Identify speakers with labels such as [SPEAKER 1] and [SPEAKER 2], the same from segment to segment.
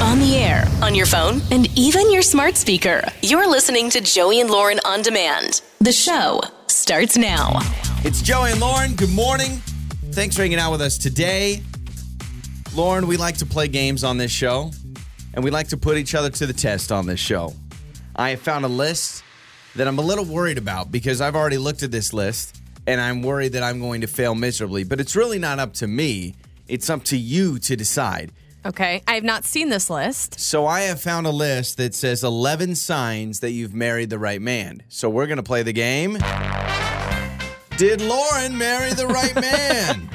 [SPEAKER 1] on the air, on your phone, and even your smart speaker. You're listening to Joey and Lauren on demand. The show starts now.
[SPEAKER 2] It's Joey and Lauren. Good morning. Thanks for hanging out with us today. Lauren, we like to play games on this show, and we like to put each other to the test on this show. I have found a list that I'm a little worried about because I've already looked at this list and I'm worried that I'm going to fail miserably. But it's really not up to me, it's up to you to decide.
[SPEAKER 3] Okay. I have not seen this list.
[SPEAKER 2] So I have found a list that says 11 signs that you've married the right man. So we're going to play the game. Did Lauren marry the right man?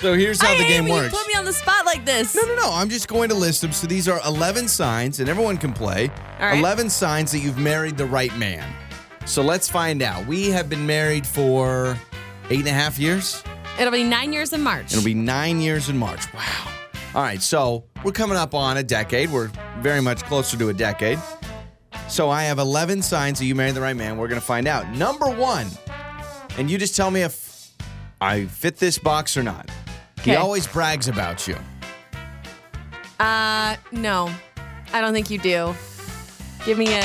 [SPEAKER 2] so here's how
[SPEAKER 3] I
[SPEAKER 2] the
[SPEAKER 3] hate
[SPEAKER 2] game
[SPEAKER 3] when
[SPEAKER 2] works.
[SPEAKER 3] You put me on the spot like this.
[SPEAKER 2] No, no, no. I'm just going to list them. So these are 11 signs, and everyone can play.
[SPEAKER 3] right.
[SPEAKER 2] 11 signs that you've married the right man. So let's find out. We have been married for eight and a half years.
[SPEAKER 3] It'll be nine years in March.
[SPEAKER 2] It'll be nine years in March. Wow. All right. So we're coming up on a decade. We're very much closer to a decade. So I have 11 signs that you married the right man. We're going to find out. Number one, and you just tell me if I fit this box or not. He
[SPEAKER 3] Okay.
[SPEAKER 2] always brags about you.
[SPEAKER 3] uh, no, I don't think you do. Give me a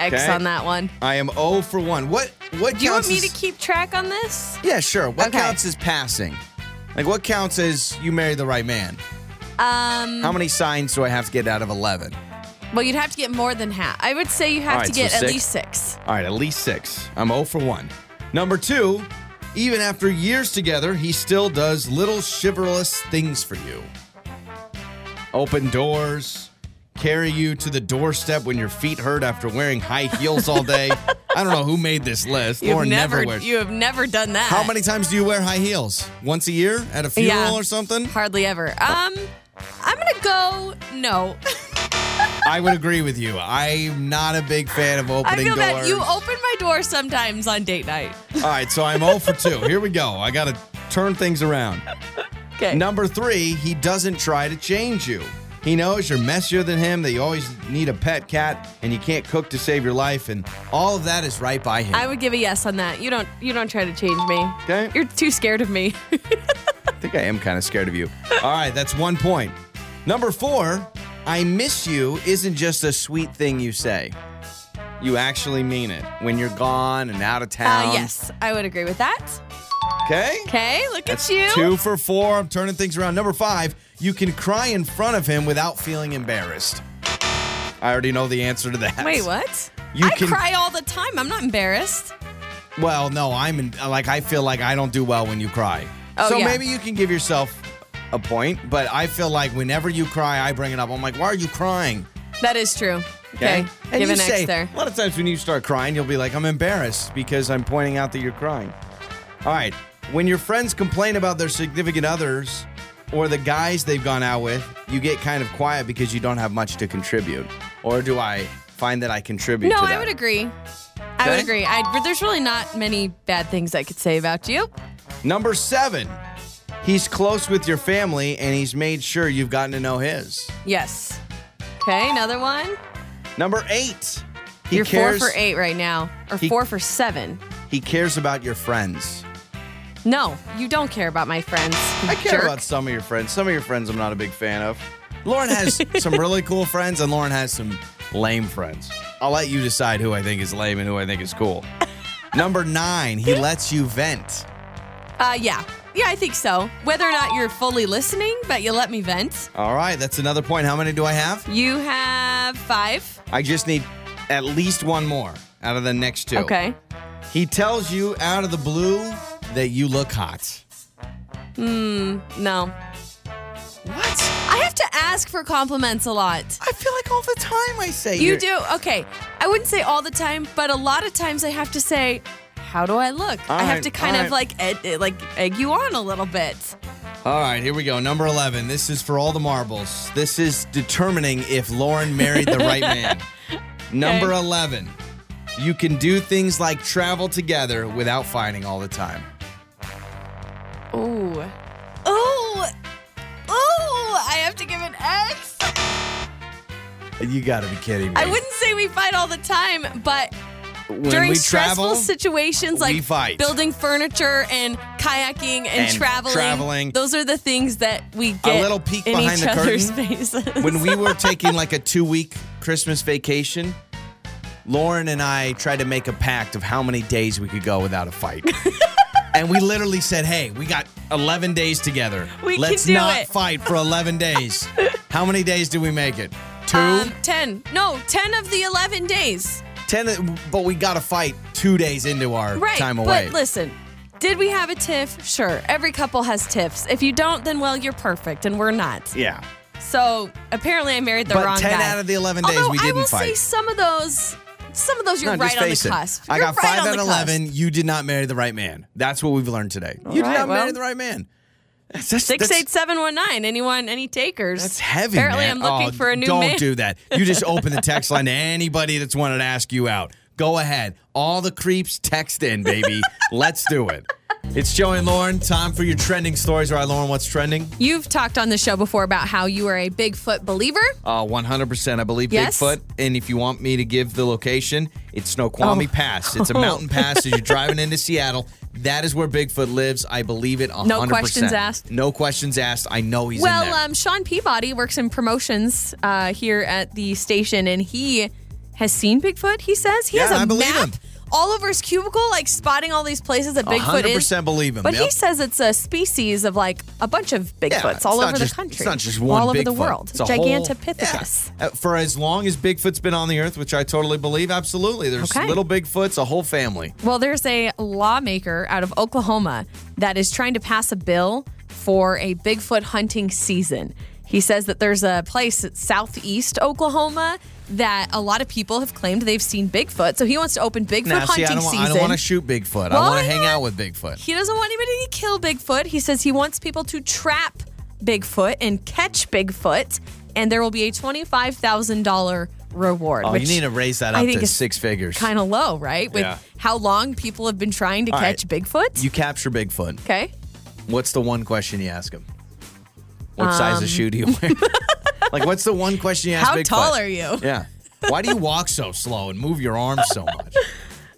[SPEAKER 3] X
[SPEAKER 2] Okay.
[SPEAKER 3] on that one.
[SPEAKER 2] I am 0 for 1. What what
[SPEAKER 3] Do you want
[SPEAKER 2] counts
[SPEAKER 3] me
[SPEAKER 2] as,
[SPEAKER 3] to keep track on this?
[SPEAKER 2] Yeah, sure. What
[SPEAKER 3] Okay.
[SPEAKER 2] counts as passing? Like what counts as you married the right man?
[SPEAKER 3] Um,
[SPEAKER 2] How many signs do I have to get out of 11?
[SPEAKER 3] well, you'd have to get more than half. I would say you have
[SPEAKER 2] All right,
[SPEAKER 3] to
[SPEAKER 2] so
[SPEAKER 3] get at
[SPEAKER 2] six.
[SPEAKER 3] least six.
[SPEAKER 2] All right, at least 6. I'm 0 for 1. Number 2, even after years together, he still does little chivalrous things for you. Open doors, carry you to the doorstep when your feet hurt after wearing high heels all day. I don't know who made this list.
[SPEAKER 3] You've
[SPEAKER 2] Lauren never,
[SPEAKER 3] never,
[SPEAKER 2] wears
[SPEAKER 3] you have never done that.
[SPEAKER 2] How many times do you wear high heels? Once a year at a funeral
[SPEAKER 3] Yeah.
[SPEAKER 2] or something?
[SPEAKER 3] Hardly ever. Um, I'm gonna go no.
[SPEAKER 2] I would agree with you. I'm not a big fan of
[SPEAKER 3] I
[SPEAKER 2] opening
[SPEAKER 3] feel
[SPEAKER 2] doors.
[SPEAKER 3] bad. You open my door sometimes on date night.
[SPEAKER 2] All right, so I'm 0 for 2. Here we go. I got to turn things around.
[SPEAKER 3] Okay.
[SPEAKER 2] Number 3, he doesn't try to change you. He knows you're messier than him, that you always need a pet cat and you can't cook to save your life and all of that is right by him.
[SPEAKER 3] I would give a yes on that. You don't you don't try to change me.
[SPEAKER 2] Okay.
[SPEAKER 3] You're too scared of me.
[SPEAKER 2] I think I am kind of scared of you. All right, that's 1 point. Number 4, I miss you isn't just a sweet thing you say. You actually mean it when you're gone and out of town.
[SPEAKER 3] Uh, yes, I would agree with that.
[SPEAKER 2] Okay?
[SPEAKER 3] Okay, look
[SPEAKER 2] That's
[SPEAKER 3] at you.
[SPEAKER 2] Two for four. I'm turning things around. Number five, you can cry in front of him without feeling embarrassed. I already know the answer to that.
[SPEAKER 3] Wait, what?
[SPEAKER 2] You
[SPEAKER 3] I
[SPEAKER 2] can-
[SPEAKER 3] cry all the time. I'm not embarrassed.
[SPEAKER 2] Well, no, I'm in, like I feel like I don't do well when you cry.
[SPEAKER 3] Oh,
[SPEAKER 2] so
[SPEAKER 3] yeah.
[SPEAKER 2] maybe you can give yourself a point, but I feel like whenever you cry, I bring it up. I'm like, why are you crying?
[SPEAKER 3] That is true. Okay,
[SPEAKER 2] And
[SPEAKER 3] give
[SPEAKER 2] you
[SPEAKER 3] an
[SPEAKER 2] say,
[SPEAKER 3] X there.
[SPEAKER 2] A lot of times when you start crying, you'll be like, I'm embarrassed because I'm pointing out that you're crying. All right. When your friends complain about their significant others or the guys they've gone out with, you get kind of quiet because you don't have much to contribute. Or do I find that I contribute
[SPEAKER 3] No,
[SPEAKER 2] to
[SPEAKER 3] I
[SPEAKER 2] that?
[SPEAKER 3] would agree. I would
[SPEAKER 2] Okay.
[SPEAKER 3] agree. I, there's really not many bad things I could say about you.
[SPEAKER 2] Number seven, he's close with your family and he's made sure you've gotten to know his.
[SPEAKER 3] Yes. Okay, another one.
[SPEAKER 2] Number eight, he
[SPEAKER 3] You're
[SPEAKER 2] cares
[SPEAKER 3] four for eight right now, or
[SPEAKER 2] He-
[SPEAKER 3] four for seven.
[SPEAKER 2] he cares about your friends.
[SPEAKER 3] No, you don't care about my friends. you
[SPEAKER 2] I care
[SPEAKER 3] jerk.
[SPEAKER 2] about some of your friends. Some of your friends I'm not a big fan of. Lauren has some really cool friends, and Lauren has some lame friends. I'll let you decide who I think is lame and who I think is cool. Number nine, he lets you vent.
[SPEAKER 3] Uh, yeah. Yeah, I think so. Whether or not you're fully listening, but you let me vent.
[SPEAKER 2] All right, that's another point. How many do I have?
[SPEAKER 3] You have five.
[SPEAKER 2] I just need at least one more out of the next two.
[SPEAKER 3] Okay.
[SPEAKER 2] He tells you out of the blue that you look hot.
[SPEAKER 3] No.
[SPEAKER 2] What?
[SPEAKER 3] I have to ask for compliments a lot.
[SPEAKER 2] I feel like all the time I say
[SPEAKER 3] You
[SPEAKER 2] you're-
[SPEAKER 3] do? Okay. I wouldn't say all the time, but a lot of times I have to say, how do I look?
[SPEAKER 2] All
[SPEAKER 3] I have
[SPEAKER 2] right,
[SPEAKER 3] to kind
[SPEAKER 2] all
[SPEAKER 3] of
[SPEAKER 2] right.
[SPEAKER 3] like ed- eh, like egg you on a little bit.
[SPEAKER 2] All right, here we go. Number 11. This is for all the marbles. This is determining if Lauren married the right man. Number 11. You can do things like travel together without fighting all the time.
[SPEAKER 3] Ooh. Ooh. Ooh. I have to give an X.
[SPEAKER 2] You got to be kidding me.
[SPEAKER 3] I wouldn't say we fight all the time, but
[SPEAKER 2] when
[SPEAKER 3] during
[SPEAKER 2] we
[SPEAKER 3] stressful
[SPEAKER 2] travel,
[SPEAKER 3] situations
[SPEAKER 2] we
[SPEAKER 3] like
[SPEAKER 2] fight.
[SPEAKER 3] building furniture and kayaking and,
[SPEAKER 2] And
[SPEAKER 3] traveling.
[SPEAKER 2] traveling.
[SPEAKER 3] Those are the things that we get
[SPEAKER 2] little peek
[SPEAKER 3] in
[SPEAKER 2] behind
[SPEAKER 3] each
[SPEAKER 2] the
[SPEAKER 3] other's
[SPEAKER 2] curtain.
[SPEAKER 3] faces.
[SPEAKER 2] when we were taking like a two week Christmas vacation, Lauren and I tried to make a pact of how many days we could go without a fight. and we literally said, hey, we got 11 days together.
[SPEAKER 3] We can
[SPEAKER 2] Let's
[SPEAKER 3] do
[SPEAKER 2] not
[SPEAKER 3] it."
[SPEAKER 2] fight for 11 days. how many days do we make it? Two?
[SPEAKER 3] um, 10. No, 10 of the 11 days.
[SPEAKER 2] Ten, but we got to fight two days into our
[SPEAKER 3] Right.
[SPEAKER 2] time away.
[SPEAKER 3] But listen, did we have a tiff? Sure. Every couple has tiffs. If you don't, then well, you're perfect, and we're not.
[SPEAKER 2] yeah.
[SPEAKER 3] So apparently, I married the
[SPEAKER 2] But
[SPEAKER 3] wrong
[SPEAKER 2] 10
[SPEAKER 3] guy.
[SPEAKER 2] out of the 11 days
[SPEAKER 3] Although
[SPEAKER 2] we
[SPEAKER 3] I
[SPEAKER 2] didn't
[SPEAKER 3] will say
[SPEAKER 2] fight.
[SPEAKER 3] some of those, some of those you're
[SPEAKER 2] No,
[SPEAKER 3] right
[SPEAKER 2] just
[SPEAKER 3] on
[SPEAKER 2] face
[SPEAKER 3] the
[SPEAKER 2] it.
[SPEAKER 3] cusp.
[SPEAKER 2] I
[SPEAKER 3] You're
[SPEAKER 2] got
[SPEAKER 3] right
[SPEAKER 2] five
[SPEAKER 3] on
[SPEAKER 2] out
[SPEAKER 3] the
[SPEAKER 2] of
[SPEAKER 3] cusp.
[SPEAKER 2] eleven. You did not marry the right man. That's what we've learned today. you
[SPEAKER 3] right,
[SPEAKER 2] did not marry
[SPEAKER 3] well.
[SPEAKER 2] the right man. That's, that's,
[SPEAKER 3] Six
[SPEAKER 2] that's,
[SPEAKER 3] eight seven one nine. Anyone? Any takers?
[SPEAKER 2] That's heavy.
[SPEAKER 3] Apparently,
[SPEAKER 2] man.
[SPEAKER 3] I'm looking
[SPEAKER 2] Oh,
[SPEAKER 3] for a new
[SPEAKER 2] Don't
[SPEAKER 3] man.
[SPEAKER 2] do that. You just open the text line to anybody that's wanted to ask you out. Go ahead. All the creeps text in, baby. Let's do it. It's Joey and Lauren. Time for your trending stories. All right, Lauren, what's trending?
[SPEAKER 3] You've talked on the show before about how you are a Bigfoot believer.
[SPEAKER 2] Uh, 100%. I believe
[SPEAKER 3] Yes?
[SPEAKER 2] Bigfoot. And if you want me to give the location, it's
[SPEAKER 3] Oh.
[SPEAKER 2] Snoqualmie Pass. It's a mountain pass as you're driving into Seattle. That is where Bigfoot lives. I believe it 100%.
[SPEAKER 3] questions asked?
[SPEAKER 2] No questions asked. I know he's in
[SPEAKER 3] Well,
[SPEAKER 2] there.
[SPEAKER 3] um, Sean Peabody works in promotions uh, here at the station, and he has seen Bigfoot. He says he
[SPEAKER 2] Yeah,
[SPEAKER 3] has a
[SPEAKER 2] I believe
[SPEAKER 3] map
[SPEAKER 2] him.
[SPEAKER 3] all over his cubicle, like spotting all these places that Bigfoot is.
[SPEAKER 2] 100% believe him.
[SPEAKER 3] But
[SPEAKER 2] yep.
[SPEAKER 3] he says it's a species of like a bunch of Bigfoots
[SPEAKER 2] it's
[SPEAKER 3] all
[SPEAKER 2] not
[SPEAKER 3] over
[SPEAKER 2] just-
[SPEAKER 3] the country.
[SPEAKER 2] It's not just one
[SPEAKER 3] All over the
[SPEAKER 2] Bigfoot.
[SPEAKER 3] world.
[SPEAKER 2] It's a whole-
[SPEAKER 3] Gigantopithecus.
[SPEAKER 2] yeah. Uh, For as long as Bigfoot's been on the earth, which I totally believe, absolutely. There's
[SPEAKER 3] Okay.
[SPEAKER 2] little Bigfoots, a whole family.
[SPEAKER 3] Well, there's a lawmaker out of Oklahoma that is trying to pass a bill for a Bigfoot hunting season. He says that there's a place at southeast Oklahoma that a lot of people have claimed they've seen Bigfoot. So he wants to open Bigfoot
[SPEAKER 2] Now, see,
[SPEAKER 3] hunting
[SPEAKER 2] I don't, wa-
[SPEAKER 3] season.
[SPEAKER 2] I don't want to shoot Bigfoot. I
[SPEAKER 3] Well,
[SPEAKER 2] want to
[SPEAKER 3] you
[SPEAKER 2] hang
[SPEAKER 3] know
[SPEAKER 2] out with Bigfoot.
[SPEAKER 3] he doesn't want anybody to kill Bigfoot. He says he wants people to trap Bigfoot and catch Bigfoot, and there will be a twenty-five thousand dollar reward.
[SPEAKER 2] Oh, you
[SPEAKER 3] which
[SPEAKER 2] need to raise that
[SPEAKER 3] I
[SPEAKER 2] up
[SPEAKER 3] think
[SPEAKER 2] to
[SPEAKER 3] is
[SPEAKER 2] six figures.
[SPEAKER 3] Kind of low, right? With
[SPEAKER 2] Yeah.
[SPEAKER 3] how long people have been trying to
[SPEAKER 2] All right.
[SPEAKER 3] catch Bigfoot.
[SPEAKER 2] You capture Bigfoot.
[SPEAKER 3] okay.
[SPEAKER 2] What's the one question you ask him? What size of shoe do you wear? like, what's the one question you ask
[SPEAKER 3] Um, How
[SPEAKER 2] Bigfoot?
[SPEAKER 3] tall are you?
[SPEAKER 2] Yeah. Why do you walk so slow and move your arms so much?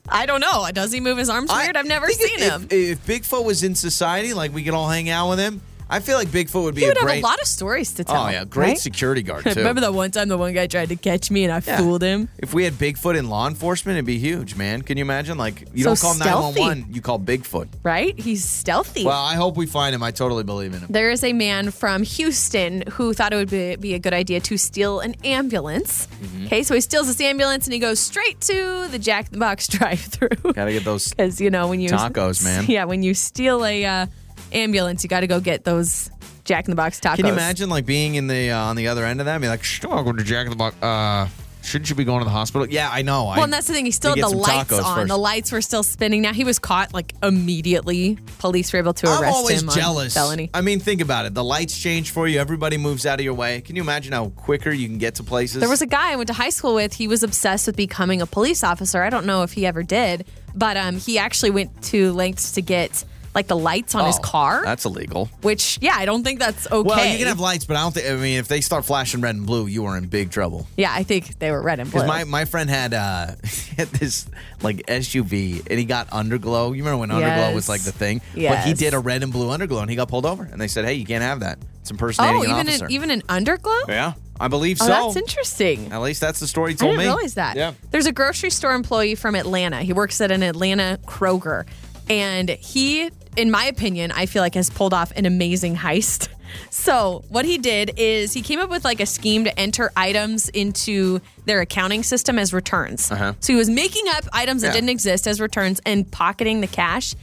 [SPEAKER 3] I don't know. Does he move his arms weird? I've never
[SPEAKER 2] think
[SPEAKER 3] seen
[SPEAKER 2] if,
[SPEAKER 3] him.
[SPEAKER 2] If Bigfoot was in society, like we could all hang out with him, I feel like Bigfoot would be
[SPEAKER 3] he would
[SPEAKER 2] a
[SPEAKER 3] have
[SPEAKER 2] great.
[SPEAKER 3] a lot of stories to tell.
[SPEAKER 2] oh yeah, great
[SPEAKER 3] right?
[SPEAKER 2] security guard too.
[SPEAKER 3] Remember that one time the one guy tried to catch me and I
[SPEAKER 2] Yeah.
[SPEAKER 3] fooled him?
[SPEAKER 2] If we had Bigfoot in law enforcement, it'd be huge, man. Can you imagine? Like you
[SPEAKER 3] So
[SPEAKER 2] don't call nine one
[SPEAKER 3] stealthy.
[SPEAKER 2] one, you call Bigfoot.
[SPEAKER 3] Right? He's stealthy.
[SPEAKER 2] Well, I hope we find him. I totally believe in him.
[SPEAKER 3] There is a man from Houston who thought it would be, be a good idea to steal an ambulance.
[SPEAKER 2] Mm-hmm.
[SPEAKER 3] Okay, so he steals this ambulance and he goes straight to the Jack in the Box drive through.
[SPEAKER 2] Gotta get those.
[SPEAKER 3] Because, you know, when you.
[SPEAKER 2] Tacos, man.
[SPEAKER 3] Yeah, when you steal a uh, ambulance, you got to go get those Jack in the Box tacos.
[SPEAKER 2] Can you imagine like being in the uh, on the other end of that? and Be like, should I go to Jack in the Box? Uh, shouldn't you be going to the hospital? Yeah, I know. I,
[SPEAKER 3] Well, and that's the thing. He still
[SPEAKER 2] to
[SPEAKER 3] had
[SPEAKER 2] get
[SPEAKER 3] the
[SPEAKER 2] some
[SPEAKER 3] lights
[SPEAKER 2] tacos
[SPEAKER 3] on.
[SPEAKER 2] first.
[SPEAKER 3] The lights were still spinning. Now he was caught like immediately. Police were able to arrest
[SPEAKER 2] I'm always
[SPEAKER 3] him
[SPEAKER 2] jealous.
[SPEAKER 3] on felony.
[SPEAKER 2] I mean, think about it. The lights change for you. Everybody moves out of your way. Can you imagine how quicker you can get to places?
[SPEAKER 3] There was a guy I went to high school with. He was obsessed with becoming a police officer. I don't know if he ever did, but um, he actually went to lengths to get like the lights on his
[SPEAKER 2] Oh,
[SPEAKER 3] car.
[SPEAKER 2] That's illegal.
[SPEAKER 3] which, yeah, I don't think that's okay.
[SPEAKER 2] Well, you can have lights, but I don't think. I mean, if they start flashing red and blue, you are in big trouble.
[SPEAKER 3] yeah, I think they were red and blue.
[SPEAKER 2] Because my, my friend had uh had this like SUV and he got underglow. You remember when underglow was
[SPEAKER 3] Yes.
[SPEAKER 2] like the thing? But he
[SPEAKER 3] Yes.
[SPEAKER 2] did a red and blue underglow and he got pulled over and they said, Hey, you can't have that. It's impersonating
[SPEAKER 3] oh,
[SPEAKER 2] an
[SPEAKER 3] even
[SPEAKER 2] officer.
[SPEAKER 3] an, even an underglow?
[SPEAKER 2] yeah. I believe
[SPEAKER 3] Oh,
[SPEAKER 2] so.
[SPEAKER 3] that's interesting.
[SPEAKER 2] At least that's the story he
[SPEAKER 3] I
[SPEAKER 2] told
[SPEAKER 3] didn't
[SPEAKER 2] me.
[SPEAKER 3] realize that.
[SPEAKER 2] Yeah.
[SPEAKER 3] There's a grocery store employee from Atlanta. He works at an Atlanta Kroger. And he, in my opinion, I feel like has pulled off an amazing heist. So, what he did is he came up with like a scheme to enter items into their accounting system as returns. So, he was making up items that
[SPEAKER 2] Uh-huh. Yeah.
[SPEAKER 3] didn't exist as returns and pocketing the cash.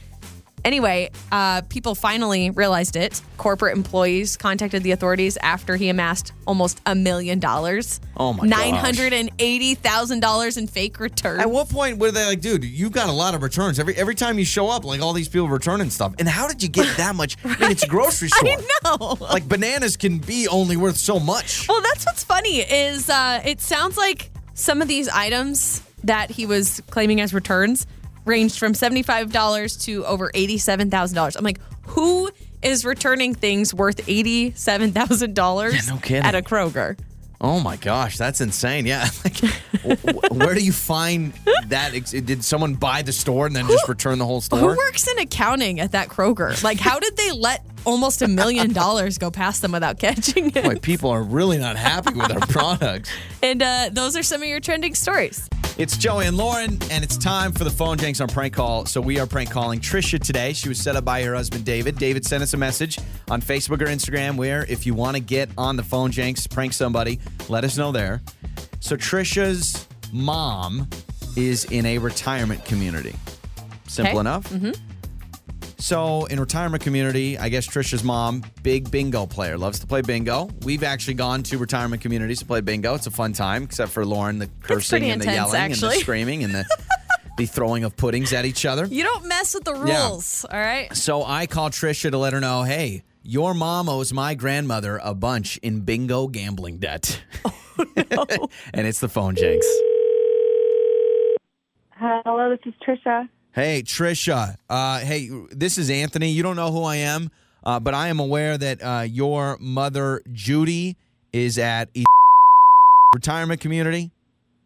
[SPEAKER 3] Anyway, uh, people finally realized it. Corporate employees contacted the authorities after he amassed almost a million dollars.
[SPEAKER 2] Oh my gosh.
[SPEAKER 3] Nine hundred and eighty thousand dollars in fake returns.
[SPEAKER 2] At what point were they like, dude, you've got a lot of returns. Every every time you show up, like all these people returning stuff. And how did you get that much? I mean, it's a grocery store.
[SPEAKER 3] I know.
[SPEAKER 2] Like bananas can be only worth so much.
[SPEAKER 3] Well, that's what's funny is uh, it sounds like some of these items that he was claiming as returns ranged from seventy-five dollars to over eighty-seven thousand dollars. I'm like, who is returning things worth eighty-seven thousand dollars
[SPEAKER 2] no kidding.
[SPEAKER 3] at a Kroger?
[SPEAKER 2] Oh my gosh, that's insane. Yeah. Like, w- w- where do you find that? Ex- Did someone buy the store and then just return the whole
[SPEAKER 3] Who
[SPEAKER 2] store?
[SPEAKER 3] works in accounting at that Kroger? Like, how did they let almost a million dollars go past them without catching it?
[SPEAKER 2] Boy, people are really not happy with our products.
[SPEAKER 3] And uh, those are some of your trending stories.
[SPEAKER 2] It's Joey and Lauren, and it's time for the phone janks on prank call. So we are prank calling Trisha today. She was set up by her husband David. David sent us a message on Facebook or Instagram where if you want to get on the phone janks, prank somebody, let us know there. So Trisha's mom is in a retirement community. Simple
[SPEAKER 3] Okay.
[SPEAKER 2] enough. Mm-hmm. So in retirement community, I guess Trisha's mom, big bingo player, loves to play bingo. We've actually gone to retirement communities to play bingo. It's a fun time, except for Lauren, the cursing
[SPEAKER 3] pretty
[SPEAKER 2] and the
[SPEAKER 3] intense,
[SPEAKER 2] yelling and
[SPEAKER 3] actually.
[SPEAKER 2] the screaming and the the throwing of puddings at each other.
[SPEAKER 3] You don't mess with the
[SPEAKER 2] Yeah.
[SPEAKER 3] rules, all right?
[SPEAKER 2] So I called Trisha to let her know, hey, your mom owes my grandmother a bunch in bingo gambling debt. and it's the phone jinx.
[SPEAKER 4] Hello, this is Trisha.
[SPEAKER 2] Hey, Trisha. Uh, hey, this is Anthony. You don't know who I am, uh, but I am aware that uh, your mother, Judy, is at E- retirement community.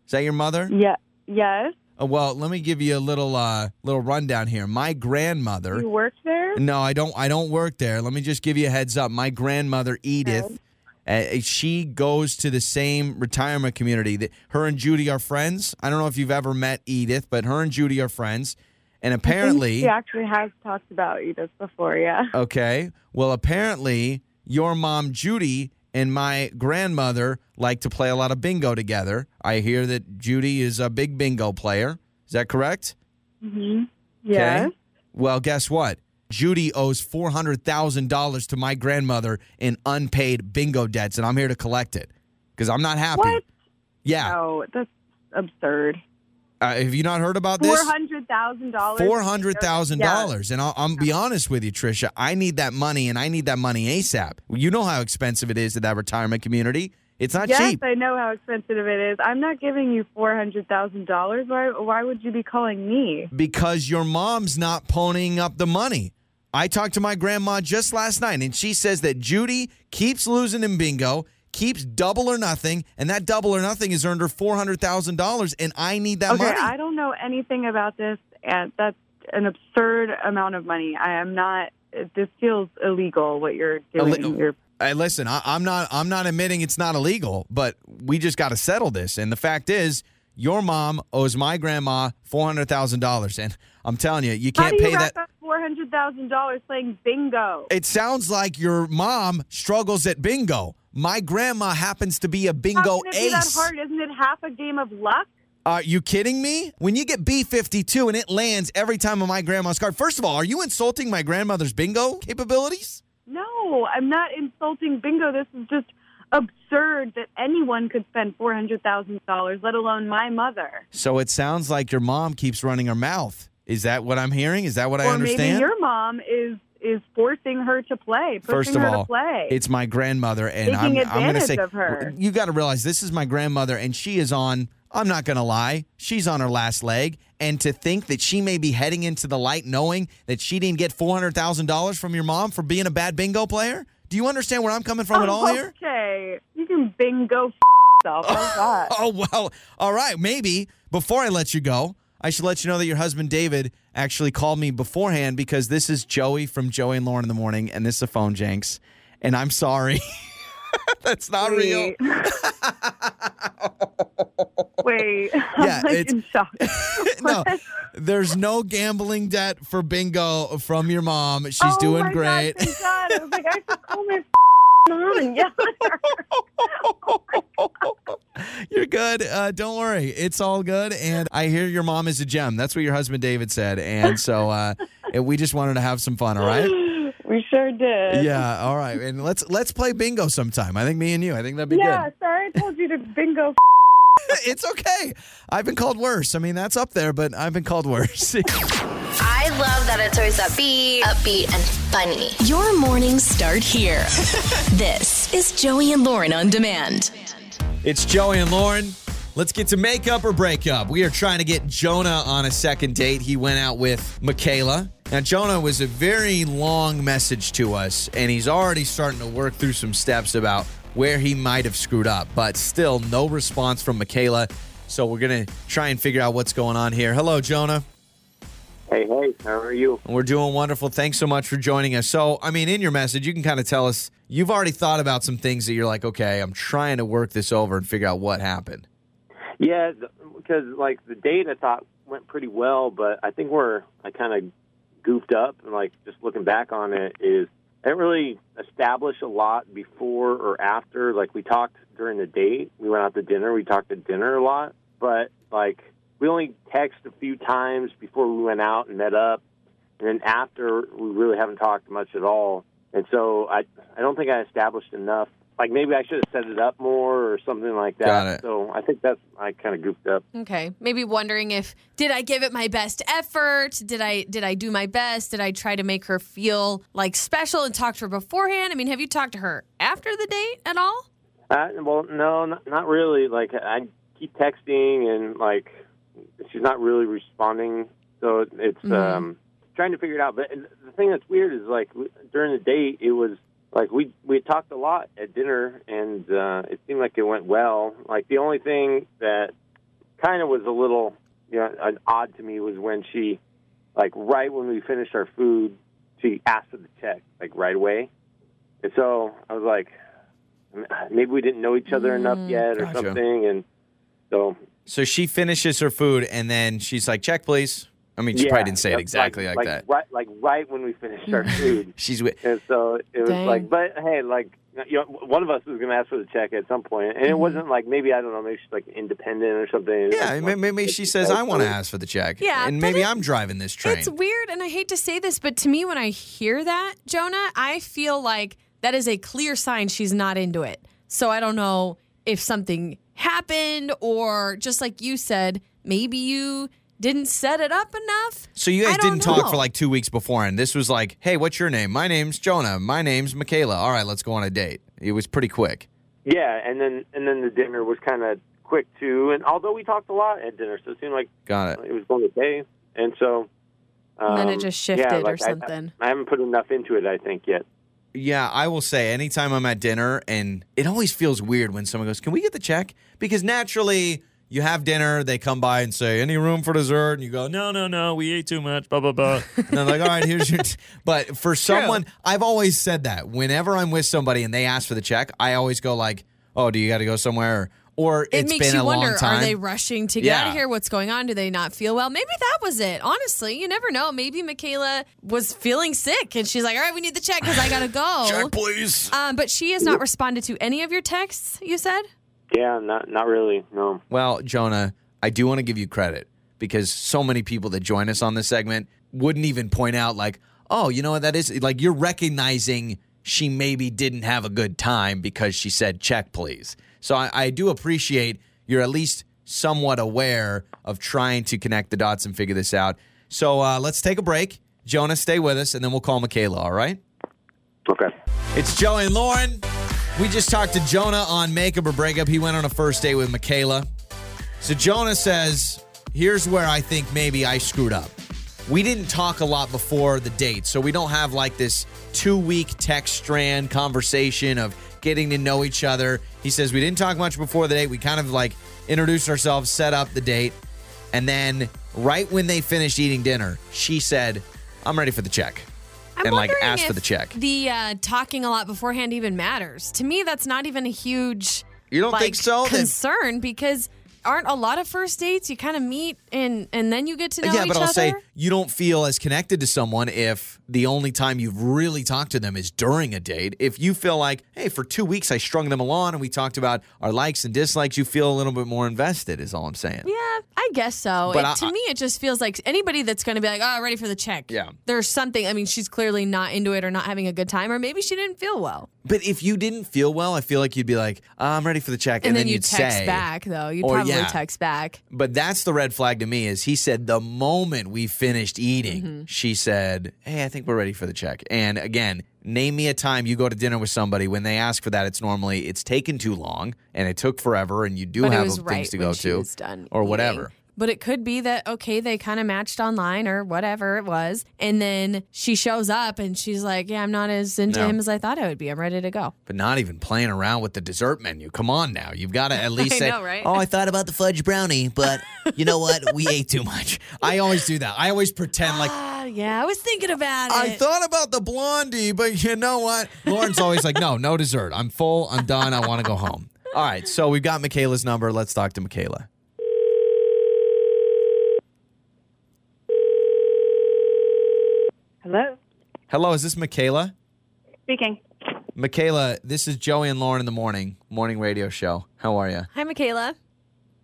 [SPEAKER 2] Is that your mother?
[SPEAKER 4] Yeah. Yes.
[SPEAKER 2] Uh, well, let me give you a little uh, little rundown here. My grandmother.
[SPEAKER 4] You work there?
[SPEAKER 2] No, I don't. I don't work there. Let me just give you a heads up. My grandmother Edith, uh, she goes to the same retirement community. That her and Judy are friends. I don't know if you've ever met Edith, but her and Judy are friends. And apparently,
[SPEAKER 4] She actually has talked about Edith before, yeah.
[SPEAKER 2] okay. Well, apparently, your mom Judy and my grandmother like to play a lot of bingo together. I hear that Judy is a big bingo player. Is that correct?
[SPEAKER 4] Yes.
[SPEAKER 2] Well, guess what? Judy owes four hundred thousand dollars to my grandmother in unpaid bingo debts, and I'm here to collect it because I'm not happy.
[SPEAKER 4] What?
[SPEAKER 2] Yeah.
[SPEAKER 4] Oh, that's absurd.
[SPEAKER 2] Uh, have you not heard about
[SPEAKER 4] Four
[SPEAKER 2] this?
[SPEAKER 4] hundred thousand dollars.
[SPEAKER 2] Four hundred thousand dollars, and I'll, I'm be honest with you, Trisha. I need that money, and I need that money ASAP. You know how expensive it is to that retirement community. It's not
[SPEAKER 4] Yes,
[SPEAKER 2] cheap.
[SPEAKER 4] I know how expensive it is. I'm not giving you four hundred thousand dollars. Why? Why would you be calling me?
[SPEAKER 2] because your mom's not ponying up the money. I talked to my grandma just last night, and she says that Judy keeps losing in bingo, keeps double or nothing, and that double or nothing has earned her four hundred thousand dollars, and I need that
[SPEAKER 4] okay,
[SPEAKER 2] money.
[SPEAKER 4] I don't know anything about this, and that's an absurd amount of money. I am not. This feels illegal. What you're doing.
[SPEAKER 2] Ille-
[SPEAKER 4] you're
[SPEAKER 2] Hey, listen, I, I'm not. I'm not admitting it's not illegal, but we just got to settle this. And the fact is, your mom owes my grandma four hundred thousand dollars, and I'm telling you, you
[SPEAKER 4] How
[SPEAKER 2] can't
[SPEAKER 4] do you
[SPEAKER 2] pay
[SPEAKER 4] wrap
[SPEAKER 2] that.
[SPEAKER 4] up four hundred thousand dollars playing bingo?
[SPEAKER 2] It sounds like your mom struggles at bingo. My grandma happens to be a bingo
[SPEAKER 4] How can it be that
[SPEAKER 2] ace.
[SPEAKER 4] hard? Isn't it half a game of luck?
[SPEAKER 2] Are you kidding me? When you get B52 and it lands every time on my grandma's card, first of all, are you insulting my grandmother's bingo capabilities?
[SPEAKER 4] No, I'm not insulting bingo. This is just absurd that anyone could spend four hundred thousand dollars, let alone my mother.
[SPEAKER 2] So it sounds like your mom keeps running her mouth. Is that what I'm hearing? Is that what I
[SPEAKER 4] or maybe
[SPEAKER 2] understand?
[SPEAKER 4] your mom is is forcing her to play, pushing
[SPEAKER 2] First of
[SPEAKER 4] her
[SPEAKER 2] all,
[SPEAKER 4] to play.
[SPEAKER 2] it's my grandmother, and
[SPEAKER 4] Taking
[SPEAKER 2] I'm, I'm going to
[SPEAKER 4] advantage
[SPEAKER 2] say,
[SPEAKER 4] of her.
[SPEAKER 2] you got to realize this is my grandmother, and she is on. I'm not going to lie, she's on her last leg, and to think that she may be heading into the light, knowing that she didn't get four hundred thousand dollars from your mom for being a bad bingo player. Do you understand where I'm coming
[SPEAKER 4] Oh,
[SPEAKER 2] from at all here?
[SPEAKER 4] Okay, you can bingo f- yourself. How's that?
[SPEAKER 2] Oh well, all right. Maybe before I let you go, I should let you know that your husband David actually called me beforehand because this is Joey from Joey and Lauren in the morning, and this is a phone jinx, and I'm sorry. That's not real.
[SPEAKER 4] Wait. Wait, I'm
[SPEAKER 2] Yeah,
[SPEAKER 4] like
[SPEAKER 2] it's-
[SPEAKER 4] in shock.
[SPEAKER 2] no, there's no gambling debt for bingo from your mom. She's
[SPEAKER 4] oh
[SPEAKER 2] doing
[SPEAKER 4] my
[SPEAKER 2] great.
[SPEAKER 4] God, thank God. I was like, I should call my mom and yell at her.
[SPEAKER 2] You're good. Uh, don't worry. It's all good. And I hear your mom is a gem. That's what your husband David said. And so uh, we just wanted to have some fun, all right?
[SPEAKER 4] We sure did.
[SPEAKER 2] Yeah, all right. And let's let's play bingo sometime. I think me and you. I think that'd be
[SPEAKER 4] Yeah, sorry I told you to bingo.
[SPEAKER 2] good. it's okay. I've been called worse. I mean, that's up there, but I've been called worse.
[SPEAKER 5] I love that it's always upbeat, upbeat, and funny.
[SPEAKER 1] Your mornings start here. this is Joey and Lauren on demand.
[SPEAKER 2] It's Joey and Lauren. Let's get to makeup or breakup. We are trying to get Jonah on a second date. He went out with Michaela. Now, Jonah was a very long message to us, and he's already starting to work through some steps about where he might have screwed up, but still no response from Michaela. So we're going to try and figure out what's going on here. Hello, Jonah.
[SPEAKER 6] Hey, hey, how are you?
[SPEAKER 2] We're doing wonderful. Thanks so much for joining us. So, I mean, in your message, you can kind of tell us you've already thought about some things that you're like, okay, I'm trying to work this over and figure out what happened.
[SPEAKER 6] Yeah, because like the date I thought went pretty well, but I think where I kind of goofed up and like just looking back on it is I didn't really establish a lot before or after. Like we talked during the date, we went out to dinner, we talked at dinner a lot, but like we only texted a few times before we went out and met up, and then after we really haven't talked much at all. And so I I don't think I established enough. Like maybe I should have set it up more or something like that.
[SPEAKER 2] Got it.
[SPEAKER 6] So I think that's I kind of goofed up.
[SPEAKER 3] Okay. Maybe wondering if did I give it my best effort? Did I did I do my best? Did I try to make her feel like special and talk to her beforehand? I mean, have you talked to her after the date at all?
[SPEAKER 6] Uh, well, no, not, not really. Like I keep texting and like she's not really responding. So it- it's
[SPEAKER 2] Mm-hmm.
[SPEAKER 6] um, trying to figure it out. But the thing that's weird is like w- during the date, it was like we we talked a lot at dinner, and uh, it seemed like it went well. Like the only thing that kind of was a little you know an odd to me was when she like right when we finished our food, she asked for the check like right away, and so I was like. Maybe we didn't know each other enough yet, or
[SPEAKER 2] Mm, Gotcha.
[SPEAKER 6] something, and so
[SPEAKER 2] So she finishes her food and then she's like, check, please. I mean, she probably didn't say it
[SPEAKER 6] like-
[SPEAKER 2] exactly like, that.
[SPEAKER 6] Right, like right when we finished our food,
[SPEAKER 2] She's with.
[SPEAKER 6] and so it was
[SPEAKER 3] Dang.
[SPEAKER 6] like, but hey, like you know, one of us was going to ask for the check at some point, and it wasn't like maybe I don't know, maybe she's like independent or something.
[SPEAKER 2] Mm-hmm. Yeah,
[SPEAKER 6] Like,
[SPEAKER 2] may- maybe she says, I want to ask for the check.
[SPEAKER 3] Yeah,
[SPEAKER 2] And
[SPEAKER 3] but
[SPEAKER 2] maybe
[SPEAKER 3] it-
[SPEAKER 2] I'm driving this train.
[SPEAKER 3] It's weird, and I hate to say this, but to me, when I hear that, Jonah, I feel like that is a clear sign she's not into it. So I don't know if something happened, or just like you said, maybe you didn't set it up enough.
[SPEAKER 2] So you guys
[SPEAKER 3] I don't
[SPEAKER 2] didn't talk for
[SPEAKER 3] know.
[SPEAKER 2] like two weeks before, and this was like, "Hey, what's your name? My name's Jonah. My name's Michaela. All right, let's go on a date." It was pretty quick.
[SPEAKER 6] Yeah, and then and then the dinner was kind of quick too, and although we talked a lot at dinner, so it seemed like
[SPEAKER 2] Got it.
[SPEAKER 6] it was going okay, and so.
[SPEAKER 3] And
[SPEAKER 6] Um,
[SPEAKER 3] then it just
[SPEAKER 6] yeah,
[SPEAKER 3] shifted or
[SPEAKER 6] like, I-
[SPEAKER 3] something.
[SPEAKER 6] I, I haven't put enough into it, I think, yet.
[SPEAKER 2] Yeah, I will say, anytime I'm at dinner, and it always feels weird when someone goes, "Can we get the check?" Because naturally, you have dinner, they come by and say, "Any room for dessert?" and you go, "No, no, no, we ate too much." Blah blah blah. and they're like, "All right, here's your." T-. But for someone, I've always said that whenever I'm with somebody and they ask for the check, I always go like, "Oh, do you got to go somewhere?" Or
[SPEAKER 3] It
[SPEAKER 2] has
[SPEAKER 3] makes
[SPEAKER 2] been
[SPEAKER 3] you
[SPEAKER 2] a
[SPEAKER 3] wonder:
[SPEAKER 2] long time.
[SPEAKER 3] Are they rushing to get out
[SPEAKER 2] Yeah.
[SPEAKER 3] of here? What's going on? Do they not feel well? Maybe that was it. Honestly, you never know. Maybe Michaela was feeling sick, and she's like, "All right, we need the check because I gotta go."
[SPEAKER 2] Check, please.
[SPEAKER 3] Um, but she has not responded to any of your texts. You said.
[SPEAKER 6] Yeah, not not really. No.
[SPEAKER 2] Well, Jonah, I do want to give you credit because so many people that join us on this segment wouldn't even point out, like, oh, you know what that is? Like, you're recognizing she maybe didn't have a good time because she said, check, please. So I, I do appreciate you're at least somewhat aware of trying to connect the dots and figure this out. So uh, let's take a break. Jonah, stay with us, and then we'll call Michaela, all right?
[SPEAKER 6] Okay.
[SPEAKER 2] It's Joe and Lauren. We just talked to Jonah on Makeup or Breakup. He went on a first date with Michaela. So Jonah says, Here's where I think maybe I screwed up. We didn't talk a lot before the date, so we don't have like this two week text strand conversation of getting to know each other. He says, We didn't talk much before the date. We kind of like introduced ourselves, set up the date. And then right when they finished eating dinner, she said, I'm ready for the check.
[SPEAKER 3] I'm
[SPEAKER 2] and like
[SPEAKER 3] wondering
[SPEAKER 2] asked for
[SPEAKER 3] if
[SPEAKER 2] the check.
[SPEAKER 3] The uh, talking a lot beforehand even matters. To me, that's not even a huge.
[SPEAKER 2] You don't
[SPEAKER 3] like,
[SPEAKER 2] think so? Then-
[SPEAKER 3] Concern because aren't a lot of first dates you kind of meet and and then you get to know
[SPEAKER 2] yeah,
[SPEAKER 3] each
[SPEAKER 2] but I'll
[SPEAKER 3] other.
[SPEAKER 2] say you don't feel as connected to someone if the only time you've really talked to them is during a date. If you feel like, hey, for two weeks I strung them along and we talked about our likes and dislikes, you feel a little bit more invested. Is all I'm saying.
[SPEAKER 3] yeah, I guess so.
[SPEAKER 2] But
[SPEAKER 3] It-
[SPEAKER 2] I-
[SPEAKER 3] to me, it just feels like anybody that's going to be like, "Oh, ready for the check."
[SPEAKER 2] Yeah.
[SPEAKER 3] there's something. I mean, she's clearly not into it or not having a good time, or maybe she didn't feel well.
[SPEAKER 2] But if you didn't feel well, I feel like you'd be like, "Ah, I'm ready for the check, and,
[SPEAKER 3] And, then, you
[SPEAKER 2] would
[SPEAKER 3] text
[SPEAKER 2] say,
[SPEAKER 3] back though. You
[SPEAKER 2] or
[SPEAKER 3] probably
[SPEAKER 2] yeah.
[SPEAKER 3] text back.
[SPEAKER 2] But that's the red flag to me. Is he said the moment we finished eating,
[SPEAKER 3] Mm-hmm.
[SPEAKER 2] she said, "Hey, I think we're ready for the check." And again, name me a time you go to dinner with somebody when they ask for that. It's normally it's taken too long and it took forever, and you do
[SPEAKER 3] But it
[SPEAKER 2] have
[SPEAKER 3] was
[SPEAKER 2] things
[SPEAKER 3] right
[SPEAKER 2] to
[SPEAKER 3] when
[SPEAKER 2] go
[SPEAKER 3] she
[SPEAKER 2] to
[SPEAKER 3] was done
[SPEAKER 2] or
[SPEAKER 3] eating.
[SPEAKER 2] whatever.
[SPEAKER 3] But it could be that, okay, they kind of matched online or whatever it was. And then she shows up and she's like, yeah, I'm not as into
[SPEAKER 2] No.
[SPEAKER 3] him as I thought I would be. I'm ready to go.
[SPEAKER 2] But not even playing around with the dessert menu. Come on now. You've got to at least
[SPEAKER 3] I
[SPEAKER 2] say,
[SPEAKER 3] know, right?
[SPEAKER 2] Oh, I thought about the fudge brownie, but you know what? We ate too much. I always do that. I always pretend like
[SPEAKER 3] Ah, yeah, I was thinking about
[SPEAKER 2] I
[SPEAKER 3] it.
[SPEAKER 2] thought about the blondie, but you know what? Lauren's always like, no, no dessert. I'm full. I'm done. I want to go home. All right. So we've got Michaela's number. Let's talk to Michaela.
[SPEAKER 7] Hello?
[SPEAKER 2] Hello. Is this Michaela?
[SPEAKER 7] Speaking.
[SPEAKER 2] Michaela, this is Joey and Lauren in the morning, morning radio show. How are you?
[SPEAKER 3] Hi, Michaela.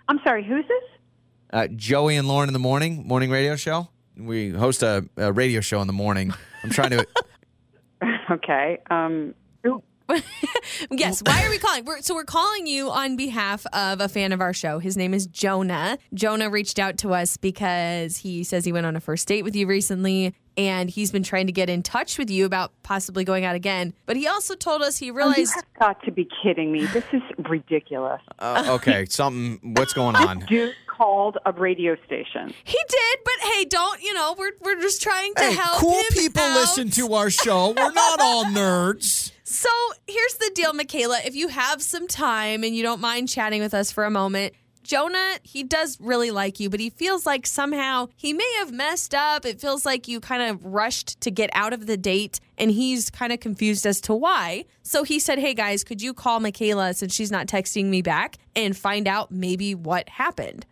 [SPEAKER 7] I'm sorry, who's this?
[SPEAKER 2] Uh, Joey and Lauren in the morning, morning radio show. We host a, a radio show in the morning. I'm trying to.
[SPEAKER 4] Okay. Um,
[SPEAKER 3] Yes. Why are we calling? We're, so we're calling you on behalf of a fan of our show. His name is Jonah. Jonah reached out to us because he says he went on a first date with you recently, and he's been trying to get in touch with you about possibly going out again. But he also told us he
[SPEAKER 4] you
[SPEAKER 3] realized.
[SPEAKER 4] have got to be kidding me. This is ridiculous.
[SPEAKER 2] Uh, okay, something. What's going on?
[SPEAKER 4] Dude called a radio station.
[SPEAKER 3] He did, but hey, don't you know? We're we're just trying to help. him out.
[SPEAKER 2] our show. We're not all nerds.
[SPEAKER 3] So here's the deal, Michaela. If you have some time and you don't mind chatting with us for a moment, Jonah, he does really like you, but he feels like somehow he may have messed up. It feels like you kind of rushed to get out of the date, and he's kind of confused as to why. So he said, Hey guys, could you call Michaela since she's not texting me back and find out maybe what happened?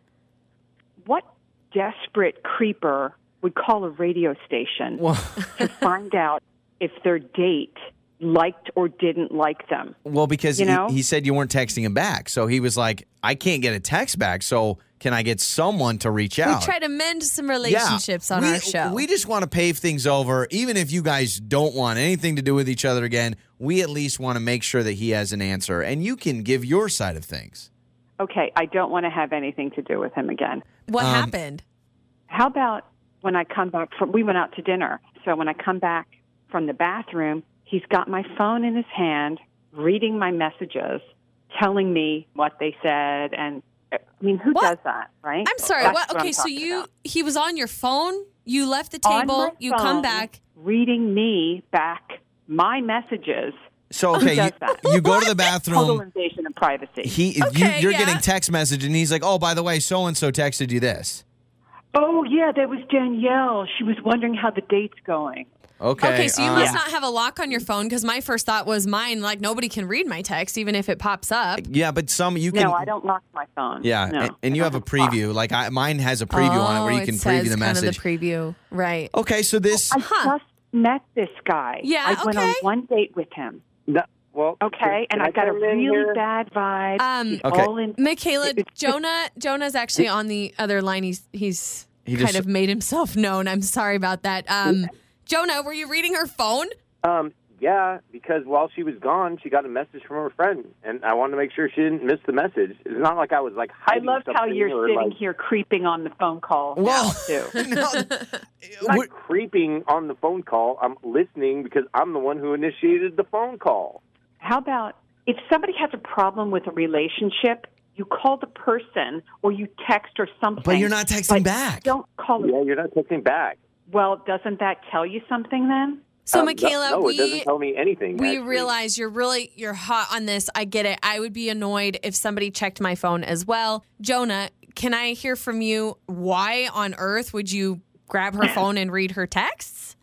[SPEAKER 4] What desperate creeper would call a radio station to find out if their date liked or didn't like them?
[SPEAKER 2] Well, because
[SPEAKER 4] You
[SPEAKER 2] he-
[SPEAKER 4] know?
[SPEAKER 2] he, said you weren't texting him back, so he was like, "I can't get a text back, so can I get someone to reach out?"
[SPEAKER 3] We try to mend some
[SPEAKER 2] Yeah.
[SPEAKER 3] relationships on
[SPEAKER 2] we,
[SPEAKER 3] our show.
[SPEAKER 2] We just want to pave things over, even if you guys don't want anything to do with each other again. We at least want to make sure that he has an answer, and you can give your side of things.
[SPEAKER 4] Okay, I don't want to have anything to do with him again.
[SPEAKER 3] what
[SPEAKER 2] Um,
[SPEAKER 3] happened?
[SPEAKER 4] How about when I come back from, we went out to dinner. So when I come back from the bathroom, he's got my phone in his hand, reading my messages, telling me what they said. And I mean, who
[SPEAKER 3] What?
[SPEAKER 4] does that, right?
[SPEAKER 3] I'm sorry.
[SPEAKER 4] That's
[SPEAKER 3] What?
[SPEAKER 4] I'm
[SPEAKER 3] Okay, so
[SPEAKER 4] talking
[SPEAKER 3] you
[SPEAKER 4] about.
[SPEAKER 3] he was on your phone. You left the
[SPEAKER 4] On
[SPEAKER 3] table.
[SPEAKER 4] my
[SPEAKER 3] you come
[SPEAKER 4] phone,
[SPEAKER 3] back.
[SPEAKER 4] Reading me back my messages.
[SPEAKER 2] So okay, you,
[SPEAKER 4] does that?
[SPEAKER 2] you go to the
[SPEAKER 4] Total
[SPEAKER 2] bathroom.
[SPEAKER 4] invasion of privacy.
[SPEAKER 2] He,
[SPEAKER 3] Okay,
[SPEAKER 2] you, you're
[SPEAKER 3] yeah.
[SPEAKER 2] getting text message, and he's like, "Oh, by the way, so and so texted you this."
[SPEAKER 4] oh, yeah, that was Danielle. She was wondering how the date's going.
[SPEAKER 2] Okay.
[SPEAKER 3] Okay, so you
[SPEAKER 2] uh,
[SPEAKER 3] must not have a lock on your phone because my first thought was mine. Like nobody can read my text, even if it pops up.
[SPEAKER 2] Yeah, but some you can.
[SPEAKER 4] No, I don't lock my phone.
[SPEAKER 2] Yeah,
[SPEAKER 4] No.
[SPEAKER 2] and, and you
[SPEAKER 4] I
[SPEAKER 2] have a
[SPEAKER 4] don't lock.
[SPEAKER 2] preview. Like I, mine has a preview on Oh, it where you can preview the message.
[SPEAKER 3] Oh, Kind of the preview, right?
[SPEAKER 2] okay, so this.
[SPEAKER 3] Huh.
[SPEAKER 4] just met this guy.
[SPEAKER 3] Yeah,
[SPEAKER 4] I went
[SPEAKER 3] okay.
[SPEAKER 4] on one date with him.
[SPEAKER 6] No, well,
[SPEAKER 4] Okay, and I got a really bad vibe.
[SPEAKER 3] Um,
[SPEAKER 4] He's
[SPEAKER 2] Okay.
[SPEAKER 4] all in-
[SPEAKER 3] Michaela, Jonah, Jonah's actually on the other line. He's he's
[SPEAKER 2] He
[SPEAKER 3] kind
[SPEAKER 2] just-
[SPEAKER 3] of made himself known. I'm sorry about that. Um, Jonah, were you reading her phone?
[SPEAKER 6] Um, yeah, because while she was gone, she got a message from her friend, and I wanted to make sure she didn't miss the message. It's not like I was like
[SPEAKER 4] I
[SPEAKER 6] hiding
[SPEAKER 4] love how
[SPEAKER 6] something
[SPEAKER 4] you're
[SPEAKER 6] or,
[SPEAKER 4] sitting
[SPEAKER 6] like,
[SPEAKER 4] here creeping on the phone call
[SPEAKER 2] Well,
[SPEAKER 4] now, too.
[SPEAKER 2] no, uh,
[SPEAKER 6] I'm
[SPEAKER 2] we're-
[SPEAKER 6] not creeping on the phone call. I'm listening because I'm the one who initiated the phone call.
[SPEAKER 4] How about if somebody has a problem with a relationship, you call the person or you text or something.
[SPEAKER 2] But you're not texting
[SPEAKER 4] but
[SPEAKER 2] back.
[SPEAKER 4] Don't call it.
[SPEAKER 6] Yeah, you're not texting back.
[SPEAKER 4] Well, doesn't that tell you something then?
[SPEAKER 3] So,
[SPEAKER 6] Um, no-
[SPEAKER 3] Michaela,
[SPEAKER 6] no,
[SPEAKER 3] we
[SPEAKER 6] it doesn't tell me anything.
[SPEAKER 3] We
[SPEAKER 6] actually.
[SPEAKER 3] realize you're really you're hot on this. I get it. I would be annoyed if somebody checked my phone as well. Jonah, can I hear from you? Why on earth would you grab her phone and read her texts?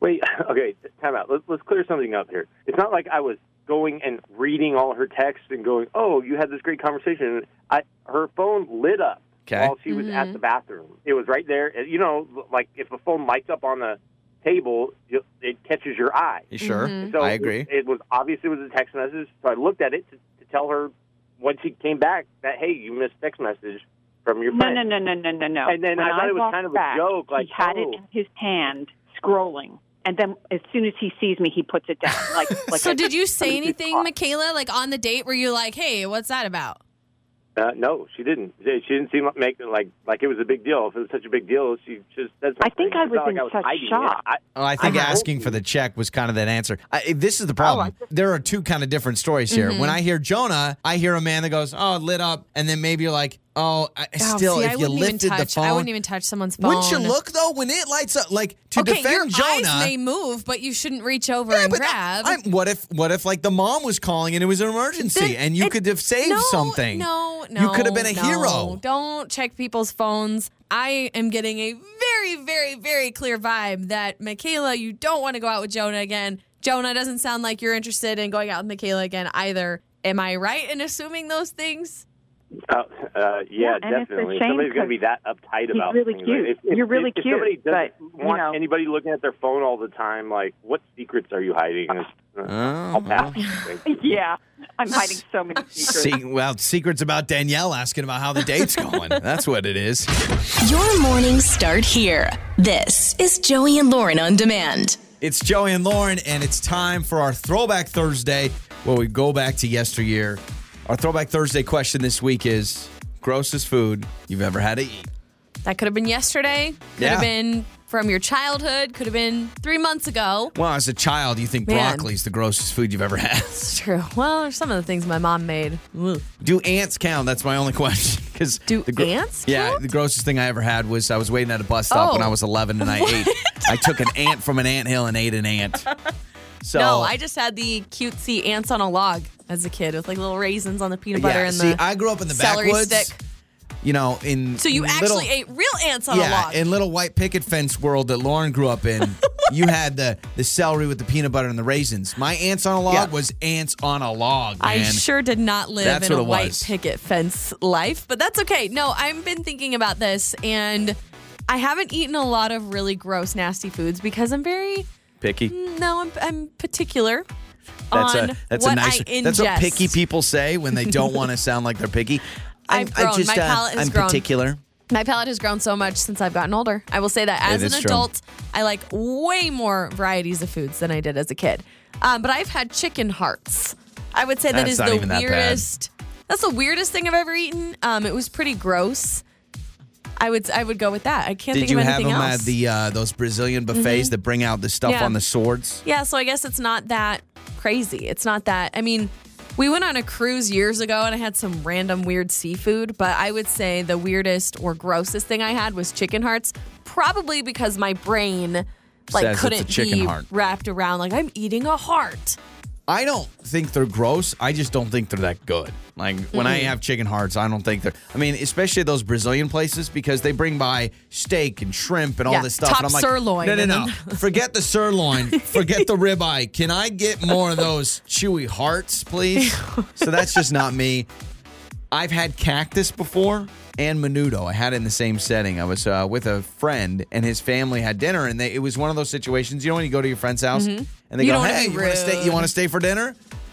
[SPEAKER 6] Wait, okay, time out. Let's, let's clear something up here. It's not like I was going and reading all her texts and going, "Oh, you had this great conversation." I her phone lit up
[SPEAKER 2] Okay.
[SPEAKER 6] while she was
[SPEAKER 3] Mm-hmm.
[SPEAKER 6] at the bathroom. It was right there. You know, like if a phone lights up on the table, you- it catches your eye.
[SPEAKER 2] You sure?
[SPEAKER 4] Mm-hmm.
[SPEAKER 3] mm-hmm.
[SPEAKER 6] So
[SPEAKER 2] I agree.
[SPEAKER 6] It, it was obvious it was a text message, so I looked at it to, to tell her when she came back that hey, you missed text message from your
[SPEAKER 4] No,
[SPEAKER 6] friend.
[SPEAKER 4] no, no, no, no, no, no.
[SPEAKER 6] And then I
[SPEAKER 4] when
[SPEAKER 6] thought it was
[SPEAKER 4] walked
[SPEAKER 6] kind of a
[SPEAKER 4] back,
[SPEAKER 6] joke, like,
[SPEAKER 4] he had
[SPEAKER 6] oh.
[SPEAKER 4] it in his hand, scrolling, and then as soon as he sees me, he puts it down. Like, like
[SPEAKER 3] So
[SPEAKER 4] I-
[SPEAKER 3] did you say anything,
[SPEAKER 4] caught.
[SPEAKER 3] Michaela? Like on the date, were you like, "Hey, what's that about?"
[SPEAKER 6] Uh, no, she didn't. She she didn't seem like make like like it was a big deal. If it was such a big deal, she just said something.
[SPEAKER 4] I think I
[SPEAKER 6] It's
[SPEAKER 4] was
[SPEAKER 6] not like
[SPEAKER 4] in
[SPEAKER 6] I was
[SPEAKER 4] such
[SPEAKER 6] hiding it.
[SPEAKER 4] shock.
[SPEAKER 6] I,
[SPEAKER 2] Oh, I think
[SPEAKER 6] I'm not
[SPEAKER 2] asking
[SPEAKER 6] open.
[SPEAKER 2] for the check was kind of that answer. I, this is the problem. there are
[SPEAKER 3] Mm-hmm.
[SPEAKER 2] two kind of different stories here. When I hear Jonah, I hear a man that goes, "Oh, it lit up," and then maybe you're like, Oh, I,
[SPEAKER 3] Oh,
[SPEAKER 2] still,
[SPEAKER 3] see,
[SPEAKER 2] if
[SPEAKER 3] I
[SPEAKER 2] you
[SPEAKER 3] wouldn't even
[SPEAKER 2] lifted the
[SPEAKER 3] touch-
[SPEAKER 2] phone,
[SPEAKER 3] I wouldn't even touch someone's phone.
[SPEAKER 2] Wouldn't you look though when it lights up? Like to
[SPEAKER 3] okay, your
[SPEAKER 2] defend Jonah.
[SPEAKER 3] eyes may move, but you shouldn't reach over
[SPEAKER 2] Yeah,
[SPEAKER 3] and
[SPEAKER 2] but I-
[SPEAKER 3] grab.
[SPEAKER 2] I'm- what if what if like the mom was calling and it was an emergency
[SPEAKER 3] Then
[SPEAKER 2] and you
[SPEAKER 3] it-
[SPEAKER 2] could have saved
[SPEAKER 3] no,
[SPEAKER 2] something?
[SPEAKER 3] No, no.
[SPEAKER 2] You could have been a
[SPEAKER 3] no.
[SPEAKER 2] hero.
[SPEAKER 3] Don't check people's phones. I am getting a very, very, very clear vibe that Michaela, you don't want to go out with Jonah again. Jonah doesn't sound like you're interested in going out with Michaela again either. Am I right in assuming those things?
[SPEAKER 6] Uh, uh, yeah,
[SPEAKER 4] and it's a
[SPEAKER 6] definitely.
[SPEAKER 4] shame
[SPEAKER 6] Somebody's
[SPEAKER 4] 'cause
[SPEAKER 6] going to be that uptight
[SPEAKER 4] he's
[SPEAKER 6] about
[SPEAKER 4] really
[SPEAKER 6] things.
[SPEAKER 4] cute.
[SPEAKER 6] Like, if, if,
[SPEAKER 4] You're really
[SPEAKER 6] if,
[SPEAKER 4] cute,
[SPEAKER 6] If somebody doesn't
[SPEAKER 4] but, you
[SPEAKER 6] want
[SPEAKER 4] know.
[SPEAKER 6] anybody looking at their phone all the time, like, what secrets are you hiding? Uh,
[SPEAKER 2] Oh,
[SPEAKER 6] I'll pass. Thank you.
[SPEAKER 4] Yeah, I'm hiding so many secrets.
[SPEAKER 2] See, well, secrets about Danielle asking about how the date's going. That's what it is.
[SPEAKER 1] Your mornings start here. This is Joey and Lauren on demand.
[SPEAKER 2] It's Joey and Lauren, and it's time for our Throwback Thursday, where we go back to yesteryear. Our Throwback Thursday question this week is grossest food you've ever had to eat.
[SPEAKER 3] That could have been yesterday. Could
[SPEAKER 2] Yeah.
[SPEAKER 3] have been from your childhood. Could have been three months ago.
[SPEAKER 2] Well, as a child, you think
[SPEAKER 3] Man.
[SPEAKER 2] broccoli's the grossest food you've ever had.
[SPEAKER 3] It's true. Well, there's some of the things my mom made. Ugh.
[SPEAKER 2] Do ants count? That's my only question. Because
[SPEAKER 3] Do ants
[SPEAKER 2] Yeah,
[SPEAKER 3] count?
[SPEAKER 2] the grossest thing I ever had was I was waiting at a bus stop when
[SPEAKER 3] Oh.
[SPEAKER 2] I was 11 and I ate. I took an ant from an ant hill and ate an ant. So
[SPEAKER 3] No, I just had the cutesy ants on a log as a kid with like little raisins on the peanut butter
[SPEAKER 2] yeah,
[SPEAKER 3] and
[SPEAKER 2] see,
[SPEAKER 3] the
[SPEAKER 2] I grew up in the
[SPEAKER 3] celery
[SPEAKER 2] backwoods.
[SPEAKER 3] stick.
[SPEAKER 2] You know, in
[SPEAKER 3] So you
[SPEAKER 2] little-
[SPEAKER 3] actually ate real ants on a
[SPEAKER 2] yeah,
[SPEAKER 3] log.
[SPEAKER 2] in little white picket fence world that Lauren grew up in. you had the the celery with the peanut butter and the raisins. My ants on a log
[SPEAKER 3] Yeah.
[SPEAKER 2] was ants on a log, man.
[SPEAKER 3] I sure did not live
[SPEAKER 2] That's
[SPEAKER 3] in a
[SPEAKER 2] what it
[SPEAKER 3] white
[SPEAKER 2] was.
[SPEAKER 3] picket fence life, but that's okay. No, I've been thinking about this and I haven't eaten a lot of really gross, nasty foods because I'm very
[SPEAKER 2] picky.
[SPEAKER 3] no, I'm, I'm particular
[SPEAKER 2] That's
[SPEAKER 3] on
[SPEAKER 2] a that's
[SPEAKER 3] what
[SPEAKER 2] a nice.
[SPEAKER 3] I ingest.
[SPEAKER 2] That's what picky people say when they don't want to sound like they're picky. I'm- uh,
[SPEAKER 3] I've grown. My palate has
[SPEAKER 2] I'm
[SPEAKER 3] grown.
[SPEAKER 2] particular.
[SPEAKER 3] My palate has grown so much since I've gotten older. I will say that as
[SPEAKER 2] It
[SPEAKER 3] an
[SPEAKER 2] is true.
[SPEAKER 3] adult, I like way more varieties of foods than I did as a kid. Um, but I've had chicken hearts. I would say that
[SPEAKER 2] That's
[SPEAKER 3] is
[SPEAKER 2] not
[SPEAKER 3] the
[SPEAKER 2] even that bad.
[SPEAKER 3] weirdest. That's the weirdest thing I've ever eaten. Um, it was pretty gross. I would I would go with that. I can't
[SPEAKER 2] Did
[SPEAKER 3] think
[SPEAKER 2] you
[SPEAKER 3] of
[SPEAKER 2] have
[SPEAKER 3] anything
[SPEAKER 2] them
[SPEAKER 3] else. Mm-hmm.
[SPEAKER 2] at the uh, those Brazilian buffets that bring out the stuff
[SPEAKER 3] Yeah.
[SPEAKER 2] on the swords?
[SPEAKER 3] yeah, so I guess it's not that crazy. It's not that. I mean, we went on a cruise years ago and I had some random weird seafood, but I would say the weirdest or grossest thing I had was chicken hearts, probably because my brain like
[SPEAKER 2] Says it's a
[SPEAKER 3] couldn't
[SPEAKER 2] chicken
[SPEAKER 3] be
[SPEAKER 2] heart.
[SPEAKER 3] wrapped around like I'm eating a heart.
[SPEAKER 2] I don't think they're gross. I just don't think they're that good. Like when
[SPEAKER 3] Hmm.
[SPEAKER 2] I have chicken hearts, I don't think they're. I mean, especially those Brazilian places because they bring by steak and shrimp and all
[SPEAKER 3] Yeah,
[SPEAKER 2] this stuff.
[SPEAKER 3] top
[SPEAKER 2] and I'm like,
[SPEAKER 3] sirloin
[SPEAKER 2] No, no,
[SPEAKER 3] and
[SPEAKER 2] no. Forget the sirloin. Forget the ribeye. Can I get more of those chewy hearts, please? so that's just not me. I've had cactus before and menudo. I had it in the same setting. I was uh, with a friend and his family had dinner, and they, it was one of those situations. You know when you go to your friend's house and they
[SPEAKER 3] Mm-hmm. You
[SPEAKER 2] go,
[SPEAKER 3] don't wanna
[SPEAKER 2] "Hey,
[SPEAKER 3] be
[SPEAKER 2] you want to stay? You
[SPEAKER 3] rude.
[SPEAKER 2] want to stay for dinner?"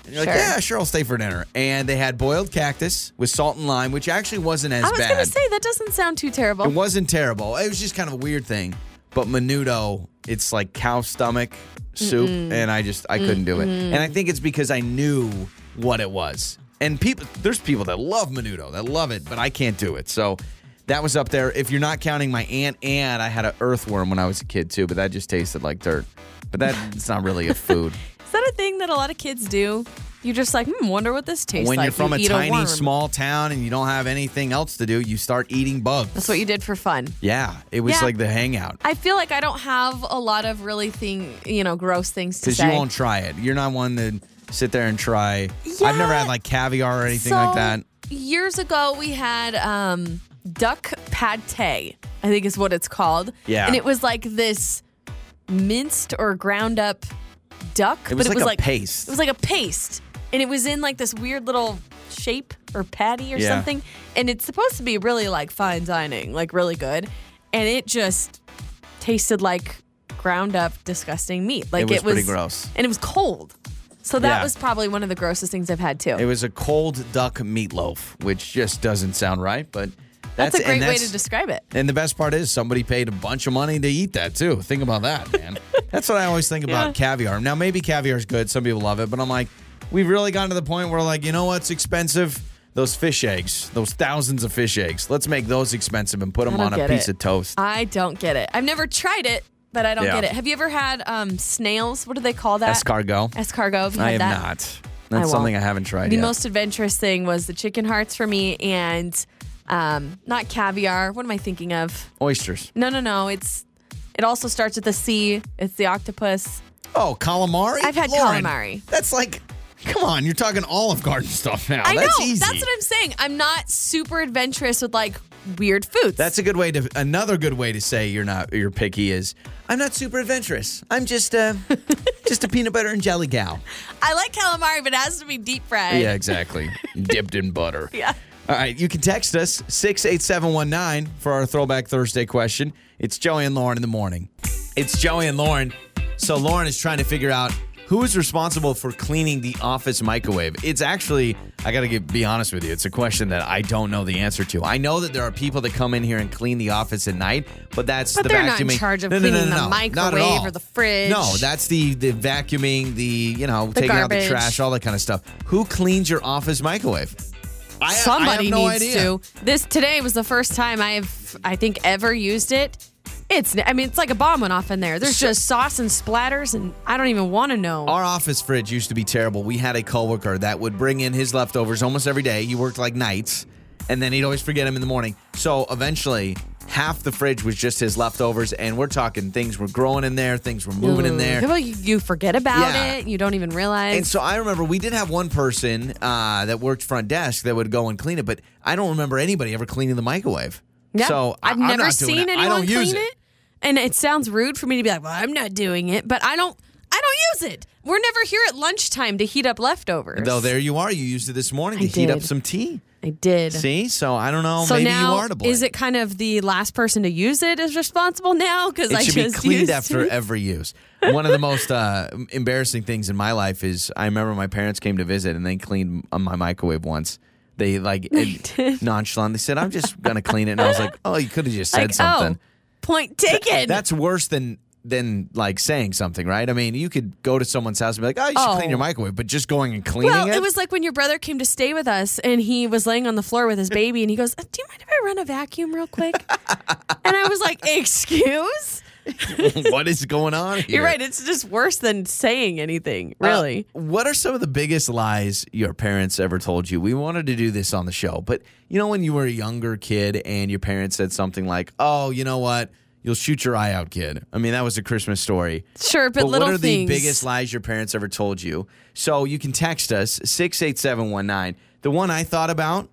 [SPEAKER 2] And you're
[SPEAKER 3] Sure.
[SPEAKER 2] like, "Yeah, sure, I'll stay for dinner." And they had boiled cactus with salt and lime, which actually wasn't as
[SPEAKER 3] I was
[SPEAKER 2] bad.
[SPEAKER 3] gonna say that doesn't sound too terrible.
[SPEAKER 2] it wasn't terrible. It was just kind of a weird thing. But menudo, it's like cow stomach soup, and I just I couldn't do it. And I think it's because I knew what it was. And people, there's people that love menudo, that love it, but I can't do it. So that was up there. If you're not counting my aunt Ann, I had an earthworm when I was a kid too, but that just tasted like dirt. But that's not really a food.
[SPEAKER 3] Is that a thing that a lot of kids do? You're just like, hmm, wonder what this tastes
[SPEAKER 2] when
[SPEAKER 3] like.
[SPEAKER 2] you're from
[SPEAKER 3] You
[SPEAKER 2] a
[SPEAKER 3] eat
[SPEAKER 2] tiny,
[SPEAKER 3] worm.
[SPEAKER 2] small town and you don't have anything else to do, you start eating bugs.
[SPEAKER 3] That's what you did for fun.
[SPEAKER 2] Yeah, it was
[SPEAKER 3] Yeah.
[SPEAKER 2] like the hangout.
[SPEAKER 3] I feel like I don't have a lot of really thing, you know, gross things to
[SPEAKER 2] Because
[SPEAKER 3] say.
[SPEAKER 2] you won't try it. You're not one to sit there and try. I've never
[SPEAKER 3] Yeah.
[SPEAKER 2] had like caviar or anything
[SPEAKER 3] so,
[SPEAKER 2] like that.
[SPEAKER 3] Years ago, we had um, duck pate, I think is what it's called.
[SPEAKER 2] Yeah.
[SPEAKER 3] And it was like this minced or ground up duck.
[SPEAKER 2] It was like
[SPEAKER 3] but it was
[SPEAKER 2] a
[SPEAKER 3] like
[SPEAKER 2] paste.
[SPEAKER 3] It was like a paste. And it was in like this weird little shape or patty or
[SPEAKER 2] Yeah.
[SPEAKER 3] something. And it's supposed to be really like fine dining, like really good. And it just tasted like ground up disgusting meat. Like
[SPEAKER 2] It was pretty gross.
[SPEAKER 3] And it was cold. So that
[SPEAKER 2] Yeah.
[SPEAKER 3] was probably one of the grossest things I've had too.
[SPEAKER 2] It was a cold duck meatloaf, which just doesn't sound right, but that's,
[SPEAKER 3] That's a great
[SPEAKER 2] and
[SPEAKER 3] way
[SPEAKER 2] that's-
[SPEAKER 3] to describe it.
[SPEAKER 2] And the best part is somebody paid a bunch of money to eat that too. Think about that, man. that's what I always think about caviar. Now maybe caviar's good, some people love it, but I'm like, we've really gotten to the point where like, you know what's expensive? Those fish eggs, those thousands of fish eggs. Let's make those expensive and put them
[SPEAKER 3] don't
[SPEAKER 2] on a
[SPEAKER 3] get
[SPEAKER 2] piece
[SPEAKER 3] it.
[SPEAKER 2] of toast.
[SPEAKER 3] I don't get it. I've never tried it, but I don't
[SPEAKER 2] Yeah.
[SPEAKER 3] get it. Have you ever had um, snails? What do they call that?
[SPEAKER 2] Escargot.
[SPEAKER 3] Escargot. Have you
[SPEAKER 2] I
[SPEAKER 3] had
[SPEAKER 2] have
[SPEAKER 3] that?
[SPEAKER 2] not.
[SPEAKER 3] I
[SPEAKER 2] That's
[SPEAKER 3] won't.
[SPEAKER 2] something I haven't tried
[SPEAKER 3] The
[SPEAKER 2] yet.
[SPEAKER 3] most adventurous thing was the chicken hearts for me, and um, not caviar. What am I thinking of?
[SPEAKER 2] Oysters.
[SPEAKER 3] No, no, no. It's it also starts with a C. It's the octopus.
[SPEAKER 2] Oh, calamari?
[SPEAKER 3] I've had
[SPEAKER 2] Lauren,
[SPEAKER 3] calamari.
[SPEAKER 2] That's like, come on, you're talking Olive Garden stuff now.
[SPEAKER 3] I
[SPEAKER 2] Oh, that's
[SPEAKER 3] know.
[SPEAKER 2] easy.
[SPEAKER 3] That's what I'm saying. I'm not super adventurous with like weird foods.
[SPEAKER 2] That's a good way to another good way to say you're not you're picky is I'm not super adventurous. I'm just uh just a peanut butter and jelly gal.
[SPEAKER 3] I like calamari, but it has to be deep fried.
[SPEAKER 2] Yeah, exactly. Dipped in butter.
[SPEAKER 3] Yeah.
[SPEAKER 2] All right, you can text us 68719 for our Throwback Thursday question. It's Joey and Lauren in the morning. It's Joey and Lauren. So Lauren is trying to figure out who is responsible for cleaning the office microwave. It's actually, I got to be honest with you, it's a question that I don't know the answer to. I know that there are people that come in here and clean the office at night, but that's
[SPEAKER 3] But
[SPEAKER 2] the
[SPEAKER 3] they're not in
[SPEAKER 2] vacuuming.
[SPEAKER 3] charge of cleaning the
[SPEAKER 2] not at
[SPEAKER 3] microwave
[SPEAKER 2] all.
[SPEAKER 3] or the fridge.
[SPEAKER 2] No, that's the the vacuuming, the you know, taking out the
[SPEAKER 3] garbage.
[SPEAKER 2] trash, all that kind of stuff. Who cleans your office microwave? I, I have
[SPEAKER 3] Somebody
[SPEAKER 2] no
[SPEAKER 3] needs
[SPEAKER 2] idea.
[SPEAKER 3] to. This today was the first time I've I think ever used it. It's I mean it's like a bomb went off in there. There's just sauce and splatters and I don't even want to know.
[SPEAKER 2] Our office fridge used to be terrible. We had a coworker that would bring in his leftovers almost every day. He worked like nights, and then he'd always forget them in the morning. So eventually, half the fridge was just his leftovers, and we're talking things were growing in there, things were moving in there.
[SPEAKER 3] Well, you, you forget about
[SPEAKER 2] Yeah.
[SPEAKER 3] it. You don't even realize.
[SPEAKER 2] And so I remember we did have one person uh, that worked front desk that would go and clean it, but I don't remember anybody ever cleaning the microwave.
[SPEAKER 3] Yeah.
[SPEAKER 2] So I-
[SPEAKER 3] I've
[SPEAKER 2] I'm
[SPEAKER 3] never
[SPEAKER 2] not doing
[SPEAKER 3] seen
[SPEAKER 2] it.
[SPEAKER 3] anyone
[SPEAKER 2] I don't
[SPEAKER 3] clean
[SPEAKER 2] use
[SPEAKER 3] it. And it sounds rude for me to be like, "Well, I'm not doing it," but I don't. I don't use it. We're never here at lunchtime to heat up leftovers.
[SPEAKER 2] Though there you are, you used it this morning to
[SPEAKER 3] I
[SPEAKER 2] heat up
[SPEAKER 3] did.
[SPEAKER 2] some tea.
[SPEAKER 3] I did.
[SPEAKER 2] See, so I don't know.
[SPEAKER 3] so
[SPEAKER 2] maybe
[SPEAKER 3] now,
[SPEAKER 2] you are to blame.
[SPEAKER 3] is it kind of the last person to use it is responsible now? Because
[SPEAKER 2] It
[SPEAKER 3] I
[SPEAKER 2] should
[SPEAKER 3] just
[SPEAKER 2] be cleaned
[SPEAKER 3] used
[SPEAKER 2] after
[SPEAKER 3] it.
[SPEAKER 2] every use. One of the most uh, embarrassing things in my life is I remember my parents came to visit and they cleaned on my microwave once. They like it, nonchalant. They said, "I'm just gonna clean it," and I was like, "Oh, you could have just said
[SPEAKER 3] like,
[SPEAKER 2] something."
[SPEAKER 3] oh, point taken.
[SPEAKER 2] That's worse than than like saying something, right? I mean, you could go to someone's house and be like, "Oh, you should clean
[SPEAKER 3] Oh.
[SPEAKER 2] your microwave," but just going and cleaning
[SPEAKER 3] well, it was like when your brother came to stay with us and he was laying on the floor with his baby and he goes, "Uh, Do you mind if I run a vacuum real quick? and I was like, Excuse?
[SPEAKER 2] what is going on? Here?
[SPEAKER 3] You're right. It's just worse than saying anything,
[SPEAKER 2] Uh,
[SPEAKER 3] really.
[SPEAKER 2] what are some of the biggest lies your parents ever told you? We wanted to do this on the show, but you know, when you were a younger kid and your parents said something like, oh, you know what? You'll shoot your eye out, kid. I mean, that was a Christmas story.
[SPEAKER 3] sure, but, little
[SPEAKER 2] what are
[SPEAKER 3] things.
[SPEAKER 2] the biggest lies your parents ever told you? So you can text us 68719. The one I thought about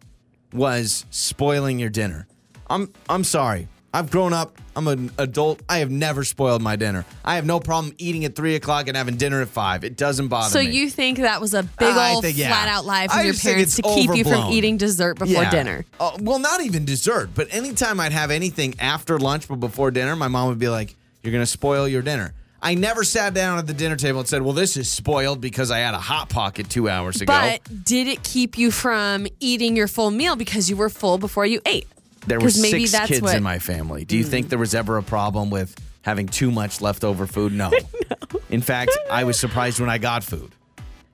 [SPEAKER 2] was spoiling your dinner. I'm I'm sorry. I've grown up. I'm an adult. I have never spoiled my dinner. I have no problem eating at three o'clock and having dinner at five. It doesn't bother
[SPEAKER 3] so
[SPEAKER 2] me.
[SPEAKER 3] you think that was a big
[SPEAKER 2] I
[SPEAKER 3] old
[SPEAKER 2] think, yeah.
[SPEAKER 3] flat out lie
[SPEAKER 2] I
[SPEAKER 3] from your
[SPEAKER 2] just think
[SPEAKER 3] parents to
[SPEAKER 2] it's
[SPEAKER 3] keep you from
[SPEAKER 2] overblown.
[SPEAKER 3] eating dessert before
[SPEAKER 2] Yeah.
[SPEAKER 3] dinner?
[SPEAKER 2] Uh, well, not even dessert, but anytime I'd have anything after lunch but before dinner, my mom would be like, You're going to spoil your dinner. I never sat down at the dinner table and said, Well, this is spoiled because I had a Hot Pocket two hours ago.
[SPEAKER 3] But did it keep you from eating your full meal because you were full before you ate?
[SPEAKER 2] there were
[SPEAKER 3] 'Cause maybe
[SPEAKER 2] six
[SPEAKER 3] that's
[SPEAKER 2] kids
[SPEAKER 3] what- Mm.
[SPEAKER 2] in my family. Do you think there was ever a problem with having too much leftover food? No. In fact, I was surprised when I got food.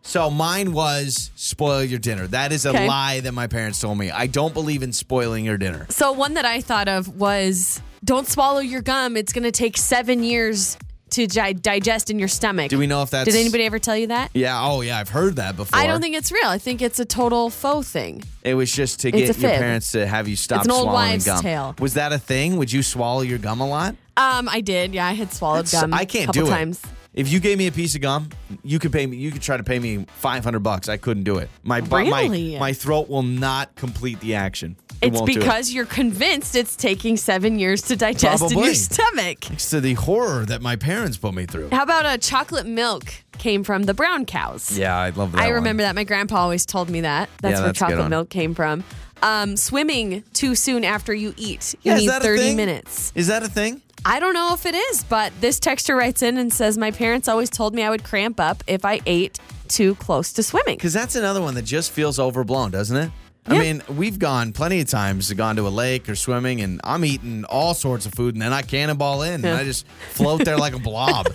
[SPEAKER 2] So mine was spoil your dinner. That is a
[SPEAKER 3] Okay.
[SPEAKER 2] lie that my parents told me. I don't believe in spoiling your dinner.
[SPEAKER 3] So one that I thought of was don't swallow your gum. It's going to take seven years to gi- digest in your stomach.
[SPEAKER 2] Do we know if that's
[SPEAKER 3] Did anybody ever tell you that?
[SPEAKER 2] Yeah, oh yeah, I've heard that before.
[SPEAKER 3] I don't think it's real. I think it's a total faux thing.
[SPEAKER 2] It was just to
[SPEAKER 3] It's
[SPEAKER 2] get
[SPEAKER 3] a
[SPEAKER 2] your
[SPEAKER 3] fib.
[SPEAKER 2] parents to have you stop
[SPEAKER 3] It's an old
[SPEAKER 2] swallowing
[SPEAKER 3] wives'
[SPEAKER 2] gum.
[SPEAKER 3] tale.
[SPEAKER 2] Was that a thing? Would you swallow your gum a lot?
[SPEAKER 3] Um, I did. Yeah, I had swallowed
[SPEAKER 2] So-
[SPEAKER 3] gum.
[SPEAKER 2] I can't
[SPEAKER 3] a couple
[SPEAKER 2] do
[SPEAKER 3] times.
[SPEAKER 2] it. If you gave me a piece of gum, you could pay me. You could try to pay me five hundred bucks. I couldn't do it. My bu-
[SPEAKER 3] Really?
[SPEAKER 2] my my throat will not complete the action. It
[SPEAKER 3] It's
[SPEAKER 2] won't do it.
[SPEAKER 3] because you're convinced it's taking seven years to digest in
[SPEAKER 2] Probably.
[SPEAKER 3] your stomach.
[SPEAKER 2] Thanks to the horror that my parents put me through.
[SPEAKER 3] How about a chocolate milk came from the brown cows?
[SPEAKER 2] Yeah, I love that.
[SPEAKER 3] I
[SPEAKER 2] one.
[SPEAKER 3] remember that. My grandpa always told me that. That's
[SPEAKER 2] Yeah, that's a
[SPEAKER 3] where
[SPEAKER 2] good
[SPEAKER 3] chocolate
[SPEAKER 2] one.
[SPEAKER 3] milk came from. Um, swimming too soon after you eat. You
[SPEAKER 2] Yeah, is
[SPEAKER 3] need
[SPEAKER 2] that a
[SPEAKER 3] 30
[SPEAKER 2] thing?
[SPEAKER 3] minutes.
[SPEAKER 2] Is that a thing?
[SPEAKER 3] I don't know if it is, but this texture writes in and says, My parents always told me I would cramp up if I ate too close to swimming.
[SPEAKER 2] Because that's another one that just feels overblown, doesn't it? I mean, we've gone plenty of times, gone to a lake or swimming, and I'm eating all sorts of food, and then I cannonball in, and I just float there like a blob.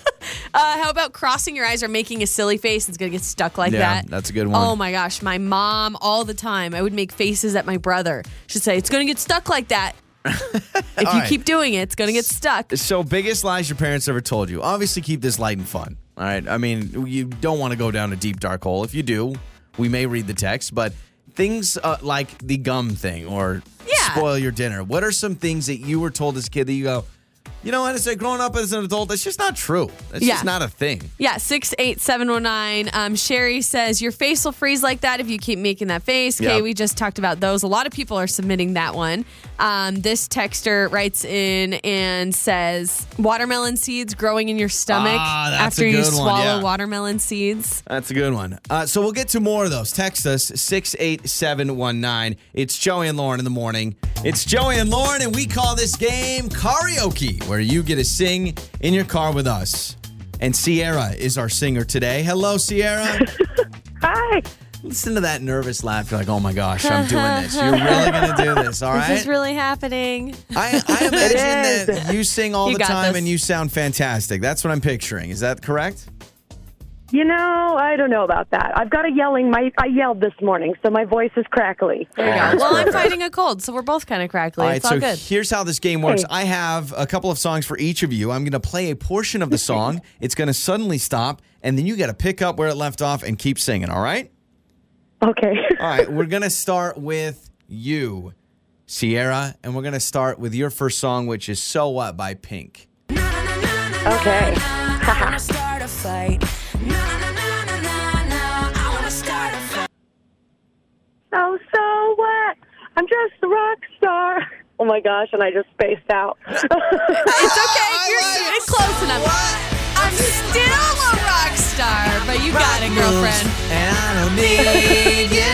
[SPEAKER 3] Uh, how about crossing your eyes or making a silly face? It's going to get stuck like
[SPEAKER 2] Yeah,
[SPEAKER 3] that.
[SPEAKER 2] that's a good one.
[SPEAKER 3] Oh my gosh. My mom, all the time, I would make faces at my brother. She'd say, It's going to get stuck like that. if you
[SPEAKER 2] right.
[SPEAKER 3] keep doing it, it's going to get stuck.
[SPEAKER 2] So, biggest lies your parents ever told you? Obviously, keep this light and fun. All right. I mean, you don't want to go down a deep dark hole. If you do, we may read the text, but things uh, like the gum thing or
[SPEAKER 3] Yeah.
[SPEAKER 2] spoil your dinner. What are some things that you were told as a kid that you go, you know, and I say growing up as an adult, that's just not true. That's
[SPEAKER 3] Yeah.
[SPEAKER 2] just not a thing.
[SPEAKER 3] Yeah, 68709. Um, Sherry says, Your face will freeze like that if you keep making that face. Okay,
[SPEAKER 2] Yeah.
[SPEAKER 3] we just talked about those. A lot of people are submitting that one. Um, this texter writes in and says, Watermelon seeds growing in your stomach
[SPEAKER 2] Ah, that's a
[SPEAKER 3] after you
[SPEAKER 2] good one,
[SPEAKER 3] swallow
[SPEAKER 2] yeah.
[SPEAKER 3] watermelon seeds.
[SPEAKER 2] That's a good one. Uh, so we'll get to more of those. Text us 68719. It's Joey and Lauren in the morning. It's Joey and Lauren, and we call this game karaoke, where you get to sing in your car with us. And Sierra is our singer today. Hello, Sierra.
[SPEAKER 7] Hi.
[SPEAKER 2] Listen to that nervous laugh. You're like, oh my gosh, I'm doing this. You're really going to do this, all right?
[SPEAKER 3] This is really happening.
[SPEAKER 2] I, I imagine
[SPEAKER 7] is.
[SPEAKER 2] that you sing all
[SPEAKER 3] You
[SPEAKER 2] the
[SPEAKER 3] got
[SPEAKER 2] time
[SPEAKER 3] this.
[SPEAKER 2] and you sound fantastic. That's what I'm picturing. Is that correct?
[SPEAKER 7] You know, I don't know about that. I've got a yelling. My I yelled this morning, so my voice is crackly.
[SPEAKER 3] There you
[SPEAKER 2] Oh,
[SPEAKER 3] go.
[SPEAKER 2] that's
[SPEAKER 3] Well, I'm
[SPEAKER 2] perfect.
[SPEAKER 3] fighting a cold, so we're both kind of crackly.
[SPEAKER 2] All right,
[SPEAKER 3] it's all
[SPEAKER 2] so
[SPEAKER 3] good.
[SPEAKER 2] here's how this game works.
[SPEAKER 7] Hey.
[SPEAKER 2] I have a couple of songs for each of you. I'm going to play a portion of the song. It's going to suddenly stop, and then you got to pick up where it left off and keep singing, all right?
[SPEAKER 7] Okay.
[SPEAKER 2] All right, we're going to start with you, Sierra, and we're going to start with your first song, which is So What by Pink.
[SPEAKER 7] Okay. oh, so what? I'm just a rock star. Oh my gosh, and I just spaced out.
[SPEAKER 3] It's okay. You're
[SPEAKER 2] like
[SPEAKER 3] it's close enough. I'm still a rock star, but you got it, girlfriend.
[SPEAKER 2] And I don't need you.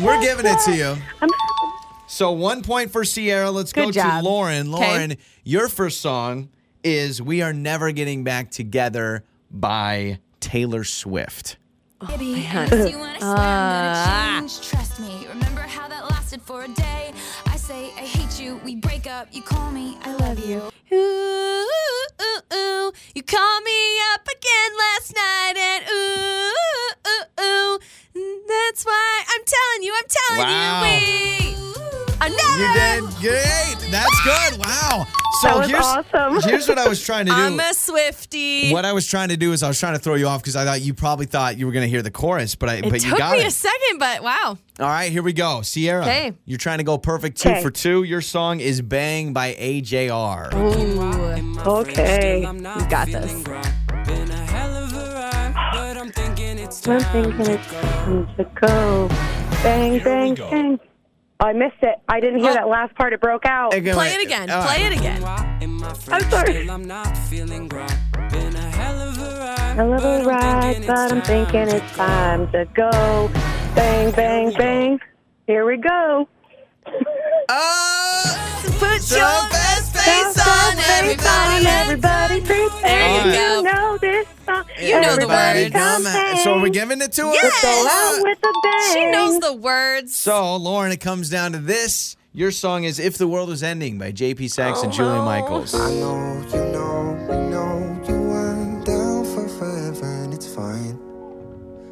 [SPEAKER 2] We're giving it to you. So one point for Sierra. Let's go
[SPEAKER 3] Good job.
[SPEAKER 2] to Lauren.
[SPEAKER 3] 'Kay.
[SPEAKER 2] Lauren, your first song is "We Are Never Getting Back Together" by Taylor Swift.
[SPEAKER 3] Ah.
[SPEAKER 8] Trust me, remember how that lasted for a day. I say I hate you, we break up, you call me, I love you.
[SPEAKER 3] Ooh, ooh, ooh. You called me up again last night, and ooh, ooh, ooh. And That's why I'm telling you, I'm telling
[SPEAKER 2] Wow.
[SPEAKER 3] you, we are never.
[SPEAKER 2] great. That's good. Wow. So
[SPEAKER 7] That was
[SPEAKER 2] here's
[SPEAKER 7] awesome.
[SPEAKER 2] here's what I was trying to do.
[SPEAKER 3] I'm a Swifty.
[SPEAKER 2] what I was trying to do is I was trying to throw you off because I thought you probably thought you were going to hear the chorus, but I
[SPEAKER 3] it
[SPEAKER 2] but
[SPEAKER 3] took
[SPEAKER 2] you got
[SPEAKER 3] me
[SPEAKER 2] it.
[SPEAKER 3] a second, but wow.
[SPEAKER 2] All right, here we go. Sierra,
[SPEAKER 3] 'Kay.
[SPEAKER 2] you're trying to go perfect two
[SPEAKER 7] Okay.
[SPEAKER 2] for two. Your song is "Bang" by AJR.
[SPEAKER 3] Ooh.
[SPEAKER 7] okay.
[SPEAKER 3] You got this.
[SPEAKER 7] I'm thinking it's time to go. Bang, bang, bang. Oh, I missed it. I didn't hear
[SPEAKER 3] Oh.
[SPEAKER 7] that last part. It broke out.
[SPEAKER 2] Okay,
[SPEAKER 3] Play
[SPEAKER 2] wait.
[SPEAKER 3] it again.
[SPEAKER 2] All
[SPEAKER 3] Play
[SPEAKER 2] right.
[SPEAKER 3] it again.
[SPEAKER 7] I'm sorry. Hell of a ride, but I'm thinking it's time to go. Bang, bang, bang. Here we go.
[SPEAKER 2] Oh,
[SPEAKER 3] Put
[SPEAKER 2] So
[SPEAKER 3] your
[SPEAKER 2] best
[SPEAKER 3] best
[SPEAKER 2] face
[SPEAKER 3] face on everybody.
[SPEAKER 7] Everybody, everybody,
[SPEAKER 3] There
[SPEAKER 7] pretend
[SPEAKER 3] you
[SPEAKER 7] you
[SPEAKER 3] go.
[SPEAKER 7] know this song.
[SPEAKER 3] You know the
[SPEAKER 7] Everybody
[SPEAKER 3] words.
[SPEAKER 7] come
[SPEAKER 2] Come- So are we
[SPEAKER 7] bang.
[SPEAKER 2] giving it to her?
[SPEAKER 3] Yes.
[SPEAKER 7] Go out with a bang.
[SPEAKER 3] She knows the words.
[SPEAKER 2] So, Lauren, it comes down to this. Your song is If the World Was Ending by J.P. Sachs and Julie Michaels.
[SPEAKER 9] know, you know, you know, you weren't down for forever and it's fine.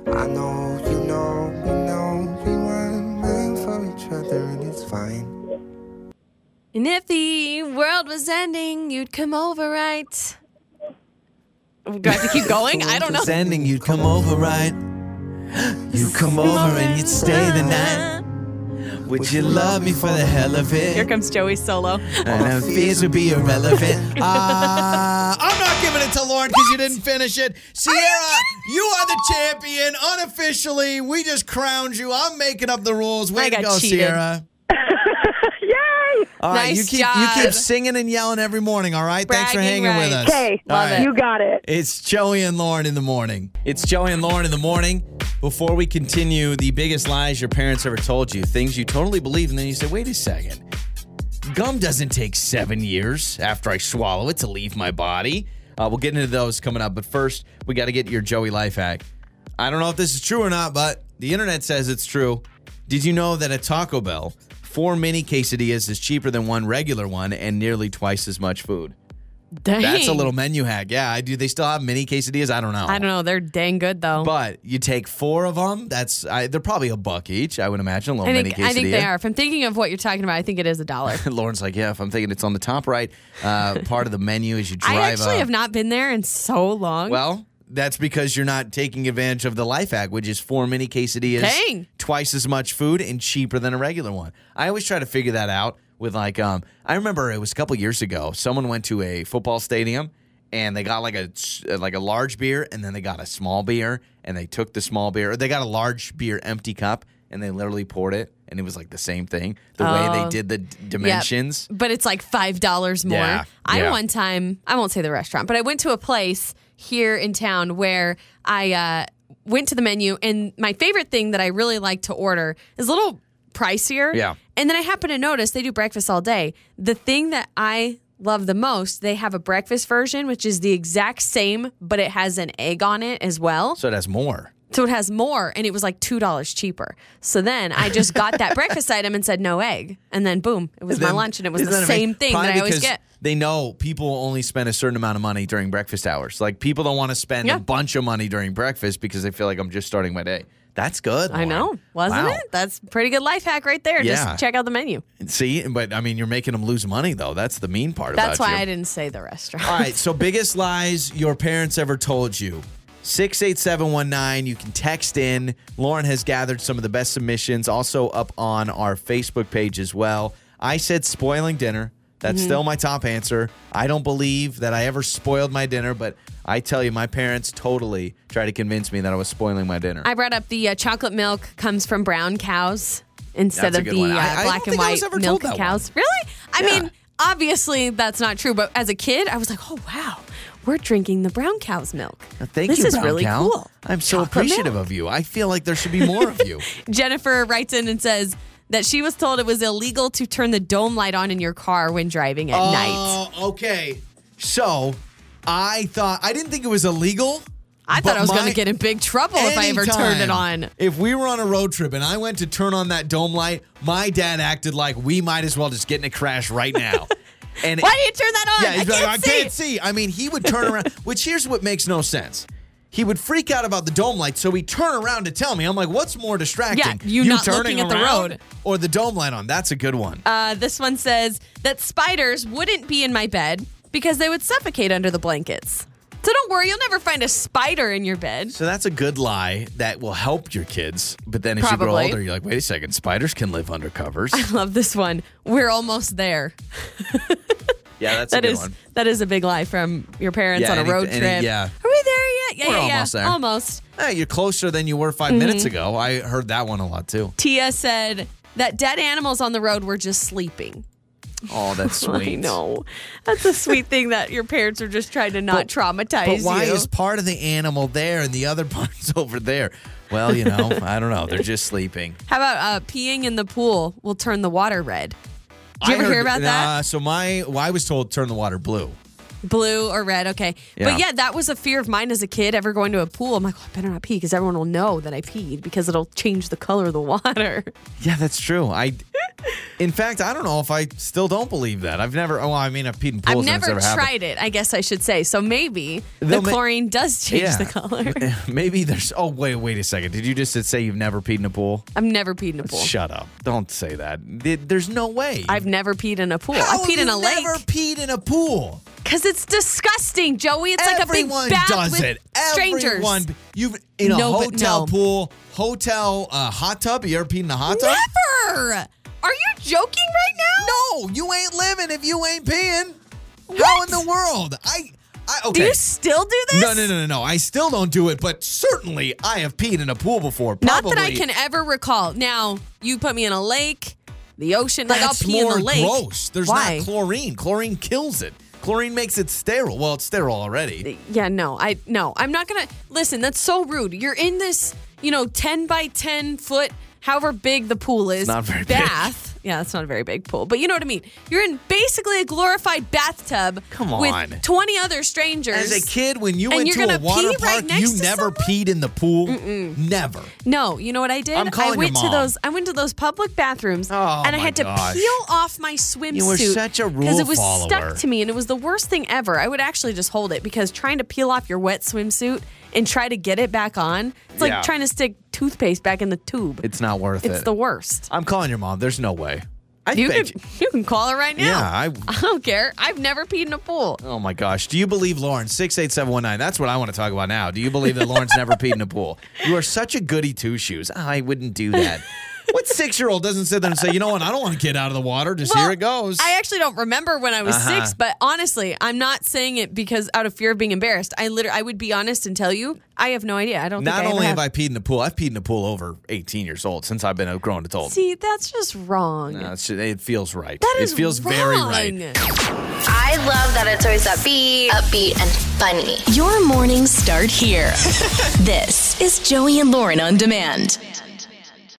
[SPEAKER 9] I know, you know, you know, we weren't meant for each other and it's fine.
[SPEAKER 3] And if the world was ending, you'd come over, right? Do I have to keep going? I don't know.
[SPEAKER 2] It's ending, you'd come over, right? You'd come over and you'd stay the night. Would you love me for the hell of
[SPEAKER 3] Here
[SPEAKER 2] it?
[SPEAKER 3] comes Joey solo.
[SPEAKER 2] And our fears would be irrelevant. Uh, I'm not giving it to Lauren because you didn't finish it. Sierra, you are the champion unofficially. We just crowned you. I'm making up the rules. Way
[SPEAKER 3] I
[SPEAKER 2] to
[SPEAKER 3] got
[SPEAKER 2] go,
[SPEAKER 3] cheated.
[SPEAKER 2] Sierra.
[SPEAKER 7] Yay!
[SPEAKER 2] All right,
[SPEAKER 3] Nice
[SPEAKER 2] you keep
[SPEAKER 3] job.
[SPEAKER 2] you keep singing and yelling every morning. All right, thanks for
[SPEAKER 3] Bragging
[SPEAKER 2] hanging with us.
[SPEAKER 3] rights.
[SPEAKER 7] Okay,
[SPEAKER 2] All right.
[SPEAKER 7] you got it.
[SPEAKER 2] It's Joey and Lauren in the morning. It's Joey and Lauren in the morning. Before we continue, the biggest lies your parents ever told you, things you totally believe, and then you say, wait a second. Gum doesn't take seven years after I swallow it to leave my body. Uh, we'll get into those coming up, but first, we got to get your Joey life hack. I don't know if this is true or not, but the internet says it's true. Did you know that at Taco Bell, four mini quesadillas is cheaper than one regular one and nearly twice as much food?
[SPEAKER 3] Dang.
[SPEAKER 2] That's a little menu hack. Yeah, I do. They still have mini quesadillas. I don't know.
[SPEAKER 3] I don't know. They're dang good though.
[SPEAKER 2] But you take four of them. That's I, they're probably a buck each. I would imagine. A little
[SPEAKER 3] I
[SPEAKER 2] mini
[SPEAKER 3] think
[SPEAKER 2] quesadilla.
[SPEAKER 3] I think they are. If I'm thinking of what you're talking about, I think it is a dollar.
[SPEAKER 2] Lauren's like, yeah. If I'm thinking it's on the top right uh, part of the menu as you drive
[SPEAKER 3] I actually
[SPEAKER 2] up.
[SPEAKER 3] have not been there in so long.
[SPEAKER 2] well, that's because you're not taking advantage of the life hack, which is four mini quesadillas,
[SPEAKER 3] Dang.
[SPEAKER 2] twice as much food and cheaper than a regular one. I always try to figure that out with like um. I remember it was a couple years ago. Someone went to a football stadium and they got like a s- uh, like a large beer and then they got a small beer and they took the small beer or they got a large beer empty cup and they literally poured it and it was like the same thing. The way they
[SPEAKER 3] Oh.
[SPEAKER 2] did the d- dimensions.
[SPEAKER 3] But it's like five dollars more.
[SPEAKER 2] Yeah,
[SPEAKER 3] I
[SPEAKER 2] yeah.
[SPEAKER 3] one time I won't say the restaurant, but I went to a place here in town where I uh, went to the menu, and my favorite thing that I really like to order is a little pricier.
[SPEAKER 2] Yeah.
[SPEAKER 3] And then I happen to notice they do breakfast all day. The thing that I love the most, they have a breakfast version, which is the exact same, but it has an egg on it as well.
[SPEAKER 2] So it has more.
[SPEAKER 3] So it has more, and it was like two dollars cheaper. So then I just got that breakfast item and said no egg, and then boom, it was my
[SPEAKER 2] Then-
[SPEAKER 3] lunch, and it was
[SPEAKER 2] isn't
[SPEAKER 3] the
[SPEAKER 2] that
[SPEAKER 3] same
[SPEAKER 2] amazing?
[SPEAKER 3] thing
[SPEAKER 2] Probably
[SPEAKER 3] that I always
[SPEAKER 2] because
[SPEAKER 3] get.
[SPEAKER 2] They know people only spend a certain amount of money during breakfast hours. Like people don't want to spend
[SPEAKER 3] Yeah.
[SPEAKER 2] a bunch of money during breakfast because they feel like I'm just starting my day. That's good.
[SPEAKER 3] I
[SPEAKER 2] Lauren.
[SPEAKER 3] know, wasn't
[SPEAKER 2] Wow.
[SPEAKER 3] it? That's a pretty good life hack right there.
[SPEAKER 2] Yeah.
[SPEAKER 3] Just check out the menu.
[SPEAKER 2] See, but I mean, you're making them lose money though. That's the mean part
[SPEAKER 3] That's
[SPEAKER 2] about
[SPEAKER 3] why
[SPEAKER 2] you.
[SPEAKER 3] I didn't say the restaurant.
[SPEAKER 2] All right. So biggest lies your parents ever told you. 68719. You can text in. Lauren has gathered some of the best submissions also up on our Facebook page as well. I said spoiling dinner. That's
[SPEAKER 3] Mm-hmm.
[SPEAKER 2] still my top answer. I don't believe that I ever spoiled my dinner, but I tell you, my parents totally tried to convince me that I was spoiling my dinner.
[SPEAKER 3] I brought up the uh, chocolate milk comes from brown cows instead
[SPEAKER 2] That's a
[SPEAKER 3] of
[SPEAKER 2] good
[SPEAKER 3] the
[SPEAKER 2] one.
[SPEAKER 3] uh,
[SPEAKER 2] I- I don't
[SPEAKER 3] black and
[SPEAKER 2] think I
[SPEAKER 3] white
[SPEAKER 2] was ever
[SPEAKER 3] milk
[SPEAKER 2] told that
[SPEAKER 3] cows. Really? I
[SPEAKER 2] Yeah.
[SPEAKER 3] mean, obviously that's not true, but as a kid, I was like, oh wow, we're drinking the brown cow's milk.
[SPEAKER 2] Thank
[SPEAKER 3] this
[SPEAKER 2] you,
[SPEAKER 3] is
[SPEAKER 2] Brown
[SPEAKER 3] really
[SPEAKER 2] Cow.
[SPEAKER 3] cool.
[SPEAKER 2] I'm so
[SPEAKER 3] Chocolate
[SPEAKER 2] appreciative
[SPEAKER 3] milk.
[SPEAKER 2] of you. I feel like there should be more of you.
[SPEAKER 3] Jennifer writes in and says that she was told it was illegal to turn the dome light on in your car when driving at night.
[SPEAKER 2] Oh, okay. So I thought I didn't think it was illegal.
[SPEAKER 3] I thought
[SPEAKER 2] but
[SPEAKER 3] I was going
[SPEAKER 2] my-
[SPEAKER 3] to get in big trouble if I ever
[SPEAKER 2] Anytime.
[SPEAKER 3] turned it on.
[SPEAKER 2] If we were on a road trip and I went to turn on that dome light, my dad acted like we might as well just get in a crash right now. And
[SPEAKER 3] Why do you turn that on?
[SPEAKER 2] yeah, he's
[SPEAKER 3] I
[SPEAKER 2] like,
[SPEAKER 3] can't
[SPEAKER 2] I
[SPEAKER 3] see.
[SPEAKER 2] can't see. I mean, he would turn around, which here's what makes no sense. He would freak out about the dome light, so he'd turn around to tell me. I'm like, what's more distracting?
[SPEAKER 3] you not
[SPEAKER 2] turning
[SPEAKER 3] looking at the
[SPEAKER 2] around
[SPEAKER 3] road.
[SPEAKER 2] Or the dome light on. That's a good one.
[SPEAKER 3] Uh, this one says that spiders wouldn't be in my bed because they would suffocate under the blankets. So don't worry, you'll never find a spider in your bed.
[SPEAKER 2] So that's a good lie that will help your kids. But then as you grow
[SPEAKER 3] Probably.
[SPEAKER 2] older, you're like, wait a second, spiders can live under covers.
[SPEAKER 3] Love this one. We're almost there.
[SPEAKER 2] yeah, that's
[SPEAKER 3] That is that is a big lie from your parents
[SPEAKER 2] Yeah,
[SPEAKER 3] on a
[SPEAKER 2] any-
[SPEAKER 3] road
[SPEAKER 2] any-
[SPEAKER 3] trip.
[SPEAKER 2] yeah.
[SPEAKER 3] Are we there yet? Yeah,
[SPEAKER 2] We're
[SPEAKER 3] yeah, yeah.
[SPEAKER 2] almost there.
[SPEAKER 3] Almost.
[SPEAKER 2] Hey, you're closer than you were 5 minutes
[SPEAKER 3] Mm-hmm.
[SPEAKER 2] ago. I heard that one a lot too.
[SPEAKER 3] Tia said that dead animals on the road were just sleeping.
[SPEAKER 2] Oh, that's sweet.
[SPEAKER 3] I know. That's a sweet thing that your parents are just trying to not traumatize
[SPEAKER 2] But why
[SPEAKER 3] you.
[SPEAKER 2] is part of the animal there and the other part's over there? Well, you know, I don't know. They're just sleeping.
[SPEAKER 3] How about uh, peeing in the pool will turn the water red? Did
[SPEAKER 2] I
[SPEAKER 3] you ever hear
[SPEAKER 2] heard-
[SPEAKER 3] about that?
[SPEAKER 2] Nah, so my, well, I was told turn the water blue.
[SPEAKER 3] Blue or red, okay.
[SPEAKER 2] Yeah.
[SPEAKER 3] But yeah, that was a fear of mine as a kid, ever going to a pool. I'm like, oh, I better not pee because everyone will know that I peed because it'll change the color of the water.
[SPEAKER 2] Yeah, that's true. I, in fact, I don't know if I still don't believe that. I've never. Oh, I mean, I've peed in pools.
[SPEAKER 3] I've
[SPEAKER 2] and it's
[SPEAKER 3] never
[SPEAKER 2] never happened.
[SPEAKER 3] tried it, I guess I should say. So maybe
[SPEAKER 2] They'll ma-
[SPEAKER 3] the chlorine does change
[SPEAKER 2] Yeah. eh,
[SPEAKER 3] the color.
[SPEAKER 2] Maybe there's. Oh wait, wait a second. Did you just say you've never peed in a pool?
[SPEAKER 3] I've never peed in a pool.
[SPEAKER 2] Shut up! Don't say that. Th- There's no way.
[SPEAKER 3] I've never peed in a pool.
[SPEAKER 2] How
[SPEAKER 3] I
[SPEAKER 2] have
[SPEAKER 3] peed in
[SPEAKER 2] you
[SPEAKER 3] a lake
[SPEAKER 2] Never peed in a pool.
[SPEAKER 3] because it's disgusting, Joey. It's
[SPEAKER 2] Everyone
[SPEAKER 3] like a big bath
[SPEAKER 2] does
[SPEAKER 3] with
[SPEAKER 2] it.
[SPEAKER 3] strangers.
[SPEAKER 2] Everyone. You've in a
[SPEAKER 3] No, but
[SPEAKER 2] hotel
[SPEAKER 3] no.
[SPEAKER 2] pool, hotel uh, hot tub. You ever peed in a hot tub?
[SPEAKER 3] Never. Are you joking right now?
[SPEAKER 2] No, you ain't living if you ain't peeing. How in the world? I. I okay.
[SPEAKER 3] Do you still do this?
[SPEAKER 2] no, no, no, no, no. I still don't do it, but certainly I have peed in a pool before.
[SPEAKER 3] Not
[SPEAKER 2] Probably
[SPEAKER 3] that I can ever recall. Now you put me in a lake, the ocean. Like
[SPEAKER 2] That's
[SPEAKER 3] I'll pee in
[SPEAKER 2] more
[SPEAKER 3] the lake.
[SPEAKER 2] gross. There's
[SPEAKER 3] Why?
[SPEAKER 2] not chlorine. Chlorine kills it. Chlorine makes it sterile. Well, it's sterile already.
[SPEAKER 3] yeah, no, I no, I'm not gonna listen. That's so rude. You're in this, you know, ten by ten foot, however big the pool is.
[SPEAKER 2] not very big.
[SPEAKER 3] bath. Yeah, it's not a very big pool, but you know what I mean. You're in basically a glorified bathtub.
[SPEAKER 2] Come on.
[SPEAKER 3] with twenty other strangers.
[SPEAKER 2] As a kid, when you
[SPEAKER 3] And
[SPEAKER 2] went
[SPEAKER 3] you're
[SPEAKER 2] to a
[SPEAKER 3] gonna
[SPEAKER 2] water
[SPEAKER 3] pee
[SPEAKER 2] park,
[SPEAKER 3] right next
[SPEAKER 2] you
[SPEAKER 3] to
[SPEAKER 2] never
[SPEAKER 3] someone?
[SPEAKER 2] peed in the pool. Never.
[SPEAKER 3] No, you know what I did?
[SPEAKER 2] I'm calling
[SPEAKER 3] I
[SPEAKER 2] your
[SPEAKER 3] went
[SPEAKER 2] mom.
[SPEAKER 3] to those I went to those public bathrooms
[SPEAKER 2] Oh,
[SPEAKER 3] and I
[SPEAKER 2] my
[SPEAKER 3] had
[SPEAKER 2] gosh.
[SPEAKER 3] to peel off my swimsuit.
[SPEAKER 2] were such a
[SPEAKER 3] Because
[SPEAKER 2] rule
[SPEAKER 3] it was
[SPEAKER 2] follower.
[SPEAKER 3] stuck to me and it was the worst thing ever. I would actually just hold it because trying to peel off your wet swimsuit and try to get it back on, it's like
[SPEAKER 2] Yeah.
[SPEAKER 3] trying to stick toothpaste back in the tube.
[SPEAKER 2] It's not worth
[SPEAKER 3] It's
[SPEAKER 2] it.
[SPEAKER 3] the worst.
[SPEAKER 2] I'm calling your mom. There's no way. I
[SPEAKER 3] you
[SPEAKER 2] bet
[SPEAKER 3] can you can call it right now.
[SPEAKER 2] Yeah, I-
[SPEAKER 3] I don't care. I've never peed in a pool.
[SPEAKER 2] Oh my gosh. Do you believe Lauren? 68719. That's what I want to talk about now. Do you believe that Lauren's never peed in a pool? You are such a goody two shoes. I wouldn't do that. What six year old doesn't sit there and say, you know what? I don't want to get out of the water. Just
[SPEAKER 3] Well,
[SPEAKER 2] here it goes.
[SPEAKER 3] I actually don't remember when I was
[SPEAKER 2] Uh-huh.
[SPEAKER 3] six, but honestly, I'm not saying it because out of fear of being embarrassed. I literally, I would be honest and tell you, I have no idea. I don't.
[SPEAKER 2] Not
[SPEAKER 3] think I
[SPEAKER 2] only
[SPEAKER 3] ever
[SPEAKER 2] have I peed in the pool, I've peed in the pool over 18 years old since I've been a grown adult.
[SPEAKER 3] See, that's just wrong.
[SPEAKER 2] No, it's- it feels right.
[SPEAKER 3] That is
[SPEAKER 2] it feels very right.
[SPEAKER 3] wrong.
[SPEAKER 5] I love that it's always upbeat, upbeat, and funny.
[SPEAKER 1] Your mornings start here. this is Joey and Lauren on demand.